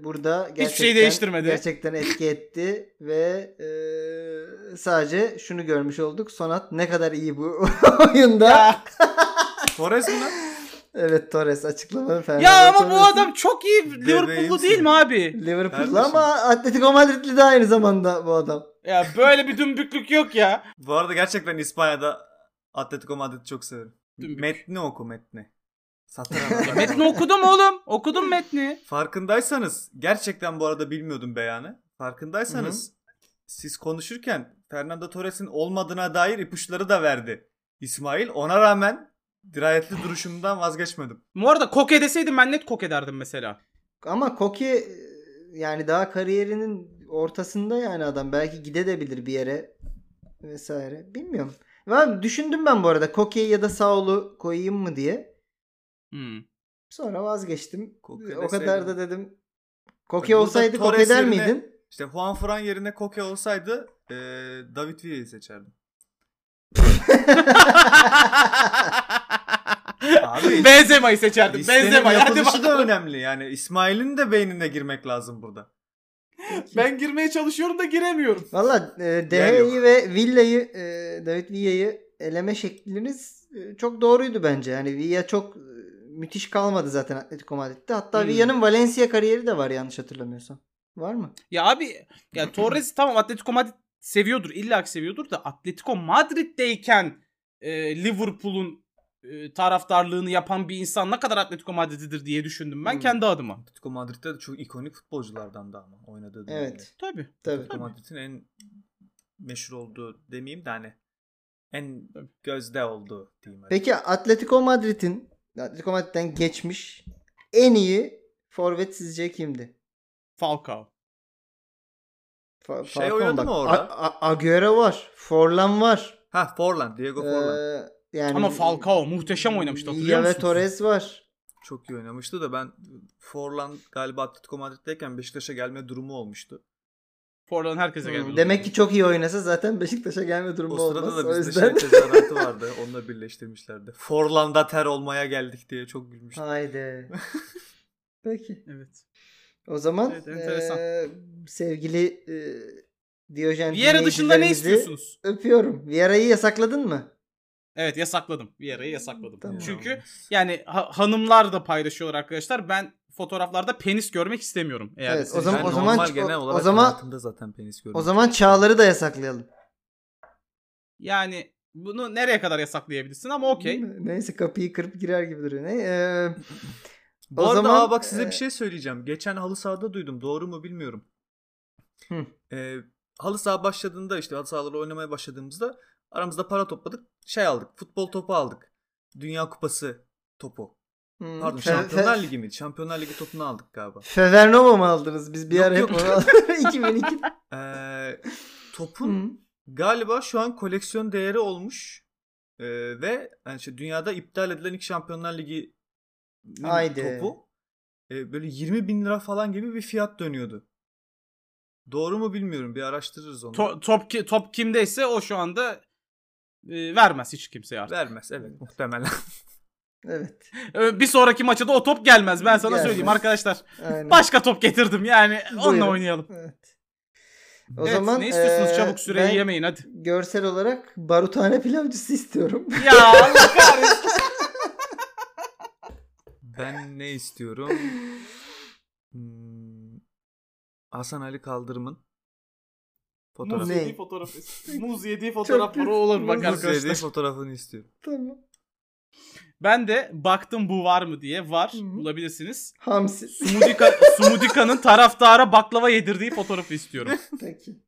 Speaker 1: burada gerçekten,
Speaker 2: şey değiştirmedi.
Speaker 1: Gerçekten etki etti ve e, sadece şunu görmüş olduk. Sonat ne kadar iyi bu oyunda.
Speaker 2: Ya,
Speaker 3: Torres mi lan?
Speaker 1: Evet Torres açıklamanın Fernando
Speaker 2: ya ama bu
Speaker 1: Torres'in
Speaker 2: adam çok iyi Liverpool'lu değil
Speaker 3: Bebeğimsin.
Speaker 2: mi abi?
Speaker 1: Liverpool'lu
Speaker 3: Kardeşim.
Speaker 1: ama Atletico Madrid'li de aynı zamanda bu adam.
Speaker 2: Ya böyle bir dümbüklük yok ya.
Speaker 3: Bu arada gerçekten İspanya'da Atletico Madrid'i çok severim.
Speaker 2: Dümbük.
Speaker 3: Metni oku metni. Satır
Speaker 2: Ya
Speaker 3: ama.
Speaker 2: Metni okudum oğlum. Okudum metni.
Speaker 3: Farkındaysanız gerçekten bu arada bilmiyordum beyanı. Farkındaysanız siz konuşurken Fernando Torres'in olmadığına dair ipuçları da verdi. İsmail ona rağmen dirayetli duruşumdan vazgeçmedim.
Speaker 2: Bu arada koke deseydim ben net koke derdim mesela.
Speaker 1: Ama Koki e, yani daha kariyerinin ortasında yani adam belki gidebilir bir yere vesaire. Bilmiyorum. Ben düşündüm ben bu arada Koki'yi ya da Saul'u koyayım mı diye.
Speaker 2: Hmm.
Speaker 1: Sonra vazgeçtim.
Speaker 3: Koki
Speaker 1: o kadar
Speaker 3: deseydin.
Speaker 1: da dedim.
Speaker 3: E,
Speaker 1: Koki
Speaker 3: burada
Speaker 1: olsaydı Koki
Speaker 3: Torres
Speaker 1: der
Speaker 3: yerine-
Speaker 1: miydin?
Speaker 3: İşte Juan Fran yerine Koke olsaydı eee, David Villa'yı seçerdim. Abi
Speaker 2: Benzema'yı seçerdim.
Speaker 3: listenin
Speaker 2: Benzema'yı. Hadi
Speaker 3: yapılışı da
Speaker 2: bakalım.
Speaker 3: önemli. Yani İsmail'in de beynine girmek lazım burada.
Speaker 2: Ben girmeye çalışıyorum da giremiyorum.
Speaker 1: Valla e,
Speaker 3: Yer
Speaker 1: Deha'yı
Speaker 3: yok.
Speaker 1: ve Villa'yı e, David Villa'yı eleme şekliniz e, çok doğruydu bence. Yani Villa çok e, müthiş kalmadı zaten Atletico Madrid'de. Hatta
Speaker 2: Hmm.
Speaker 1: Villa'nın Valencia kariyeri de var yanlış hatırlamıyorsam. Var mı?
Speaker 2: Ya abi ya Torres tamam Atletico Madrid seviyordur. illa ki seviyordur da Atletico Madrid'deyken e, Liverpool'un e, taraftarlığını yapan bir insan ne kadar Atletico Madrid'idir diye düşündüm ben
Speaker 3: Hmm.
Speaker 2: kendi adıma.
Speaker 3: Atletico Madrid'de de çok ikonik futbolculardan da ama oynadığı dönemde.
Speaker 1: Evet.
Speaker 2: Tabii.
Speaker 1: Tabii.
Speaker 3: Atletico Madrid'in en meşhur olduğu demeyeyim de hani en gözde olduğu diyeyim. hadi.
Speaker 1: Peki Atletico Madrid'in Atletico Madrid'den geçmiş en iyi forvet sizce kimdi?
Speaker 2: Falcao.
Speaker 1: Fa-
Speaker 3: Şey
Speaker 1: Falcao
Speaker 3: oynadı
Speaker 1: bak.
Speaker 3: mı orada?
Speaker 1: A- A- Agüero var. Forlan var.
Speaker 3: Ha Forlan, Diego Forlan.
Speaker 1: Ee, yani
Speaker 2: Ama Falcao muhteşem oynamıştı hatırlıyor
Speaker 1: Villa ve
Speaker 2: musunuz?
Speaker 1: Torres var.
Speaker 3: Çok iyi oynamıştı da ben Forlan galiba Atletico Madrid'deyken Beşiktaş'a gelme durumu olmuştu.
Speaker 2: Forlan herkese geldi.
Speaker 1: Hmm. Demek ki çok iyi oynasa zaten Beşiktaş'a gelme durumu
Speaker 3: O
Speaker 1: olmaz.
Speaker 3: sırada da
Speaker 1: o
Speaker 3: bizde
Speaker 1: yüzden.
Speaker 3: şey tezahüratı vardı. Onunla birleştirmişlerdi. Forlan'da ter olmaya geldik diye çok gülmüştüm.
Speaker 1: Haydi. Peki.
Speaker 2: Evet.
Speaker 1: O zaman
Speaker 2: Evet, enteresan.
Speaker 1: eee, sevgili eee Diyojen
Speaker 2: Vieira dışında ne
Speaker 1: dinleyicilerimizi
Speaker 2: istiyorsunuz?
Speaker 1: Öpüyorum. Viera'yı yasakladın mı?
Speaker 2: Evet yasakladım. Vieira'yı yasakladım.
Speaker 1: Hmm, Tamam.
Speaker 2: Çünkü yani ha- hanımlar da paylaşıyor arkadaşlar. Ben fotoğraflarda penis görmek istemiyorum. Eğer
Speaker 1: Evet, o
Speaker 2: siz-
Speaker 1: zaman-
Speaker 3: Ben
Speaker 1: o zaman-
Speaker 3: normal genel
Speaker 1: o- o
Speaker 3: olarak
Speaker 1: zaman-
Speaker 3: hayatımda zaten penis görüyorum.
Speaker 1: O zaman Çağlar'ı da yasaklayalım.
Speaker 2: Yani bunu nereye kadar yasaklayabilirsin ama okey.
Speaker 1: Neyse kapıyı kırıp girer gibi duruyor. Ne? Eee,
Speaker 3: Bu
Speaker 1: O
Speaker 3: arada
Speaker 1: zaman,
Speaker 3: aa bak size
Speaker 1: e,
Speaker 3: bir şey söyleyeceğim. Geçen halı sahada duydum. Doğru mu bilmiyorum.
Speaker 1: Hı.
Speaker 3: Ee, halı saha başladığında işte halı sahaları oynamaya başladığımızda aramızda para topladık. Şey aldık. Futbol topu aldık. Dünya Kupası topu.
Speaker 1: hmm,
Speaker 3: Pardon
Speaker 1: Fe-
Speaker 3: Şampiyonlar
Speaker 1: Fe-
Speaker 3: Ligi miydi? Şampiyonlar Ligi topunu aldık galiba.
Speaker 1: Fevernova mı aldınız? Biz bir
Speaker 3: Yok,
Speaker 1: ara hep
Speaker 3: yok.
Speaker 1: onu aldık. 2002.
Speaker 3: Ee, topun
Speaker 1: Hmm.
Speaker 3: galiba şu an koleksiyon değeri olmuş. Ee, ve yani işte dünyada iptal edilen ilk Şampiyonlar Ligi
Speaker 1: Haydi.
Speaker 3: topu e, böyle 20 bin lira falan gibi bir fiyat dönüyordu. Doğru mu bilmiyorum. Bir araştırırız onu.
Speaker 2: To- top ki- top kimdeyse o şu anda e, vermez hiç kimseye artık.
Speaker 3: Vermez evet muhtemelen.
Speaker 1: Evet.
Speaker 2: Ö, E, Bir sonraki maça da o top gelmez. Ben sana
Speaker 1: Gelmez.
Speaker 2: söyleyeyim arkadaşlar.
Speaker 1: Aynen.
Speaker 2: Başka top getirdim yani.
Speaker 1: Buyurun.
Speaker 2: Onunla oynayalım.
Speaker 1: Evet.
Speaker 2: O zaman ne istiyorsunuz
Speaker 1: eee,
Speaker 2: çabuk süreyi
Speaker 1: ben
Speaker 2: yemeyin hadi.
Speaker 1: Görsel olarak barutane pilavcısı istiyorum.
Speaker 2: Ya Allah kahretsin.
Speaker 3: ben ne istiyorum? Hmm, Hasan Ali Kaldırım'ın
Speaker 2: Muz
Speaker 3: fotoğrafı.
Speaker 1: Ne?
Speaker 2: yediği fotoğraf. Muz yediği
Speaker 1: Çok
Speaker 2: fotoğrafları
Speaker 1: kötü.
Speaker 2: olur bak
Speaker 1: Muz
Speaker 3: Muz yediği
Speaker 2: arkadaşlar.
Speaker 3: fotoğrafını istiyorum.
Speaker 1: tamam.
Speaker 2: Ben de baktım bu var mı diye. Var.
Speaker 1: Hı.
Speaker 2: Bulabilirsiniz.
Speaker 1: Hamsi.
Speaker 2: Sumudika, Sumudika'nın taraftara baklava yedirdiği fotoğrafı istiyorum.
Speaker 1: Peki.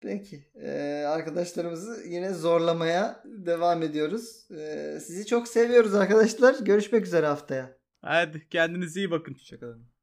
Speaker 1: Peki. Ee, arkadaşlarımızı yine zorlamaya devam ediyoruz. Ee, sizi çok seviyoruz arkadaşlar. Görüşmek üzere haftaya.
Speaker 2: Hadi kendinize iyi bakın.
Speaker 3: Hoşçakalın.